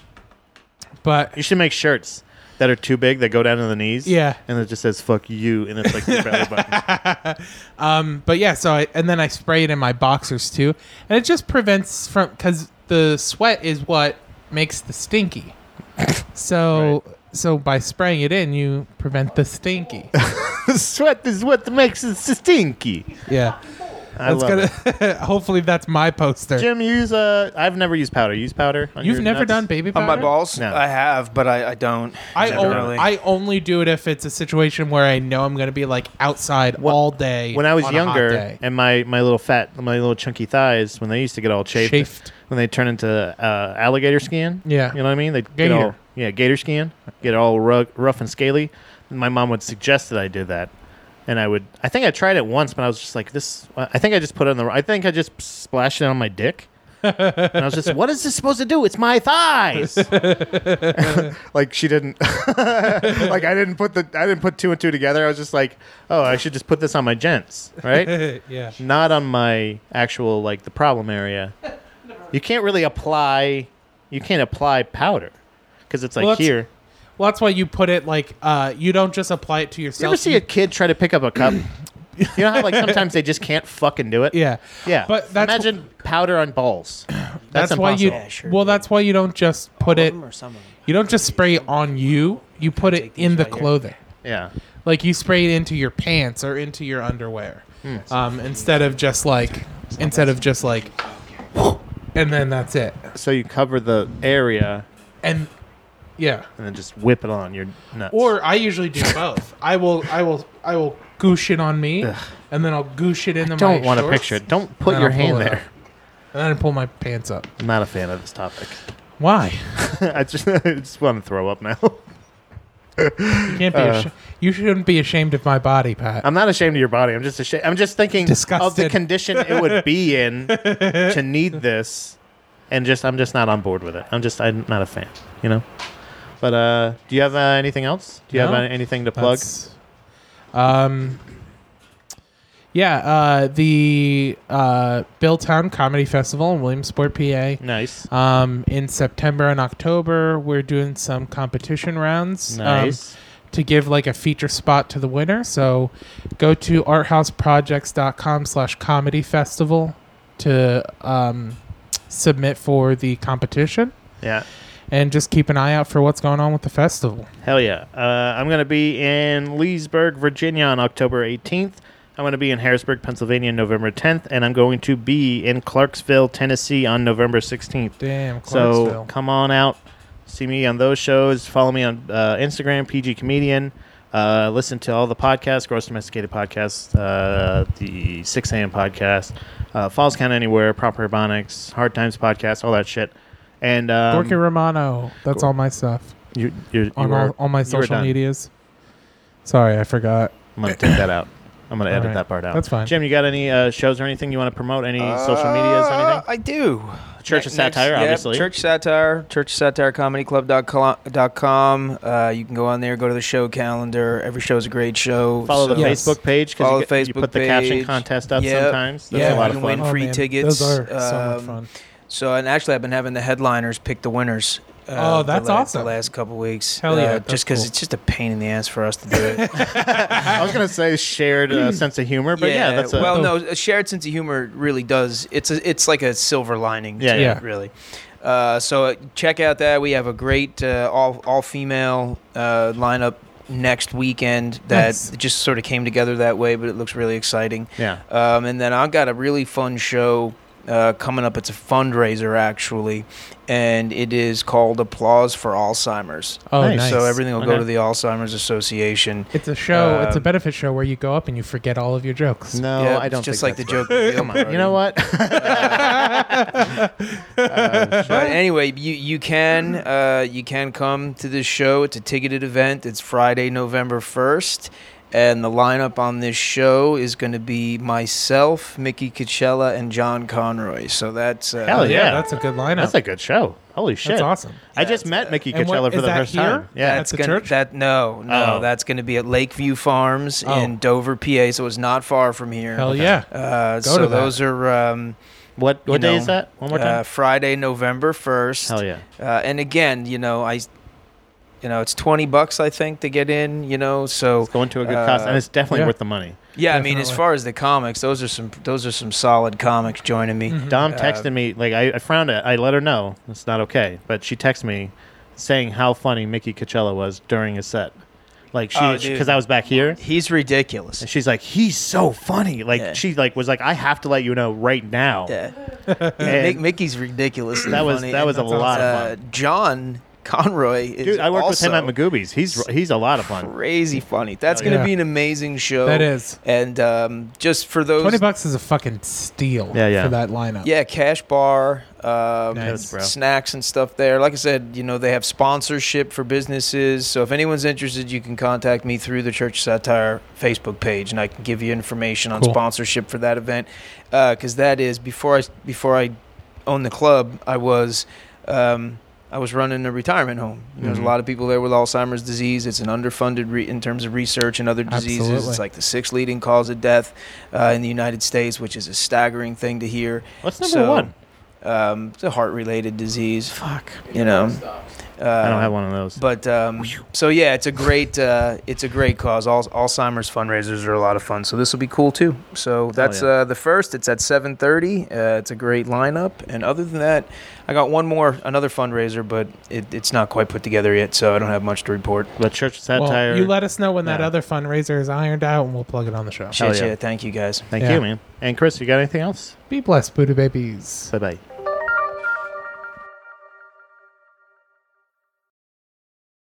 but
You should make shirts that are too big that go down to the knees.
yeah,
And it just says fuck you and it's like your belly button.
but yeah. So I and then I spray it in my boxers too, and it just prevents from because the sweat is what makes the stinky. So so by spraying it in, you prevent the stinky.
Sweat is what makes it stinky.
Yeah,
I love it.
hopefully that's my poster.
Jim, you use uh I've never used powder. You use powder on
You've
your
never
nuts?
done baby
On
powder.
my balls,
No.
I have, but I, I don't.
I, only,
generally.
I only do it if it's a situation where I know I'm going to be like outside all day.
when I was
on a hot
younger
day.
and my, my little fat my little chunky thighs when they used to get all chafed,
Chafed.
when they turn into uh, alligator skin.
Yeah.
you know what I mean. They get
Gator.
all yeah gator skin, get all rug, rough and scaly. My mom would suggest that I do that, and I would. I think I tried it once, but I was just like this. uh, I think I just put it on the. I think I just splashed it on my dick. and I was just, what is this supposed to do? It's my thighs.
Like she didn't. like I didn't put the I didn't put two and two together. I was just like,
oh, I should just put this on my gents, right?
yeah.
not on my actual like the problem area. You can't really apply. You can't apply powder because it's like
Well, that's-
here.
Well, that's why you put it like uh, you don't just apply it to
You
yourself.
ever see a kid try to pick up a cup? you know how like sometimes they just can't fucking do it.
yeah,
yeah.
But that's
imagine powder on balls.
That's, why you.
impossible.
Yeah, sure.
Well, that's why you don't just put
All of
it.
them or some of them?
You don't just spray on you. You put it
take these
in the
right here?
clothing.
Yeah.
Like you spray it into your pants or into your underwear,
Hmm.
um, instead of just like instead of just like, and then that's it.
So you cover the area
And yeah.
and then just whip it on your nuts.
Or I usually do both. I will. I will. I will goosh it on me, and then I'll goosh it into my.
don't want to
shorts,
picture. it. Don't put
and
your
I'll pull
hand
it
there.
up. And then I pull my pants up.
I'm not a fan of this topic.
Why?
I just, I just want to throw up now.
You can't be. ash- you shouldn't be ashamed of my body, Pat.
Uh. I'm not ashamed of your body. I'm just ashamed. I'm just thinking of the
Disgusted.
condition it would be in to need this, and just I'm just not on board with it. I'm just I'm not a fan. You know. But uh, do you have uh, anything else? Do you
No.
have uh, anything to plug?
That's- Um. Yeah, uh, the uh, Billtown Comedy Festival in Williamsport, PA.
Nice.
Um, in September and October, we're doing some competition rounds. um,
Nice.
to give like a feature spot to the winner. So go to arthouseprojects.com slash comedy festival to um, submit for the competition
yeah.
and just keep an eye out for what's going on with the festival.
Hell yeah. Uh, I'm going to be in Leesburg, Virginia on October 18th. I'm going to be in Harrisburg, Pennsylvania November 10th. And I'm going to be in Clarksville, Tennessee on November 16th.
Damn,
So
Clarksville.
come on out, see me on those shows. Follow me on uh, Instagram, PG Comedian. Uh, listen to all the podcasts, Gross Domesticated Podcast, uh, the 6 a.m. podcast, uh, Falls Count Anywhere, Proper Urbonics, Hard Times Podcast, all that shit. And um,
Gorky Romano. That's all my stuff
you, you're, you
on
are-
all, all my
you are
social
done.
medias. Sorry, I forgot.
I'm gonna take that out. I'm gonna
All
edit
right.
that part out.
That's fine.
Jim, you got any uh, shows or anything you want to promote? Any social medias or
Uh,
anything?
I do.
Church of
Ne- next-
Satire,
yeah,
obviously.
Church Satire, Church Satire Comedy Club.com. Uh, you can go on there, go to the show calendar. Every show is a great show.
Follow the
so- Yes.
Facebook page
Follow
because you,
the Facebook
get- you put the caption
page.
contest up
Yep.
sometimes. That's
Yeah,
a lot
you
of
can win
fun.
Oh,
free
man,
tickets,
Those are so much
um,
fun.
So, and actually, I've been having the headliners pick the winners. uh,
Oh,
the
that's
la-
awesome.
The last couple weeks.
Hell yeah,
Uh,
that's
just because
cool.
it's just a pain in the ass for us to do it.
I was gonna say shared uh, sense of humor, but yeah, that's a, Oh.
well, no, a shared sense of humor really does. It's a, it's like a silver lining.
Yeah,
to
yeah.
It, really. Uh, so uh, check out that we have a great uh, all all female uh, lineup next weekend that
Nice.
just sort of came together that way, but it looks really exciting.
yeah.
Um, and then I've got a really fun show uh, coming up. It's a fundraiser, actually, and it is called Applause for Alzheimer's.
Oh,
Nice.
nice.
So everything will
Okay.
go to the Alzheimer's Association.
It's a show. it's a
Um,
benefit show where you go up and you forget all of your jokes.
No,
Yeah,
I
it's
don't.
just
think
like
that's
the joke
right.
of the
Come on, you
Gilmore.
know what? Uh,
but anyway, you you can uh, you can come to this show. It's a ticketed event. It's Friday, November first, and the lineup on this show is going to be myself, Mickey Coachella, and John Conroy. So that's uh,
Hell yeah.
that's a good lineup.
That's a good show. Holy shit!
That's awesome.
I just met Mickey
And what-
Coachella for
is
the
that
first
here?
time. Yeah,
That's- At the
gonna,
church?
That no, no,
Oh.
that's going to be at Lakeview Farms
Oh.
in Dover, PA. So it's not far from here.
Hell yeah.
Uh,
Go
so
to that.
those are um,
what
you
what day
know,
is that? One more
uh,
time.
Friday, November first.
Hell yeah!
Uh, and again, you know, I, you know, it's twenty bucks I think to get in. You know, so
It's going to a good cost, and it's definitely
yeah.
worth the money.
yeah, I mean, as
Definitely.
far as the comics, those are some those are some solid comics joining me.
Dom
Uh,
texted me like I, I found it. I let her know it's not okay, but she texted me saying how funny Mickey Coachella was during his set. Like she,
Oh, dude.
because I was back here,
He's ridiculous.
and she's like, "He's so funny." Like
Yeah.
she like was like, "I have to let you know right now."
Yeah, Mick,
And
Mickey's ridiculous. and
that was
funny.
that was a
That's
lot
uh,
of fun.
John Conroy is
Dude, I worked with him at
also-
Magoobies. He's he's a lot of fun.
crazy funny. That's
Oh,
going to
yeah.
be an amazing show.
That is.
And um, just for those,
Twenty bucks is a fucking steal.
Yeah, yeah.
For that lineup.
yeah, Cash Bar, um,
Nice,
bro.
snacks and stuff there. Like I said, you know they have sponsorship for businesses. So if anyone's interested, you can contact me through the Church Satire Facebook page, and I can give you information on
Cool.
sponsorship for that event. Because that is before I before I owned the club, I was. Um, I was running a retirement home. There's a
Mm-hmm.
lot of people there with Alzheimer's disease. It's an underfunded re- in terms of research and other diseases.
Absolutely.
It's like the sixth leading cause of death uh, in the United States, which is a staggering thing to hear.
What's number
So,
one?
Um, it's a heart related disease. Fuck. You know, Uh,
I don't have one of those.
But um, so yeah, it's a great uh, it's a great cause. Al- Alzheimer's fundraisers are a lot of fun, so this will be cool too. So that's
yeah.
uh, the first. It's at seven thirty. Uh, it's a great lineup, and other than that, I got one more another fundraiser, but it, it's not quite put together yet, so I don't have much to report.
the church
Well,
satire.
you let us know when that
Yeah.
other fundraiser is ironed out, and we'll plug it on the show.
Shit,
yeah.
yeah. Thank you guys.
Thank
Yeah.
you, man. And Chris, you got anything else?
Be blessed, Buddha babies.
Bye bye.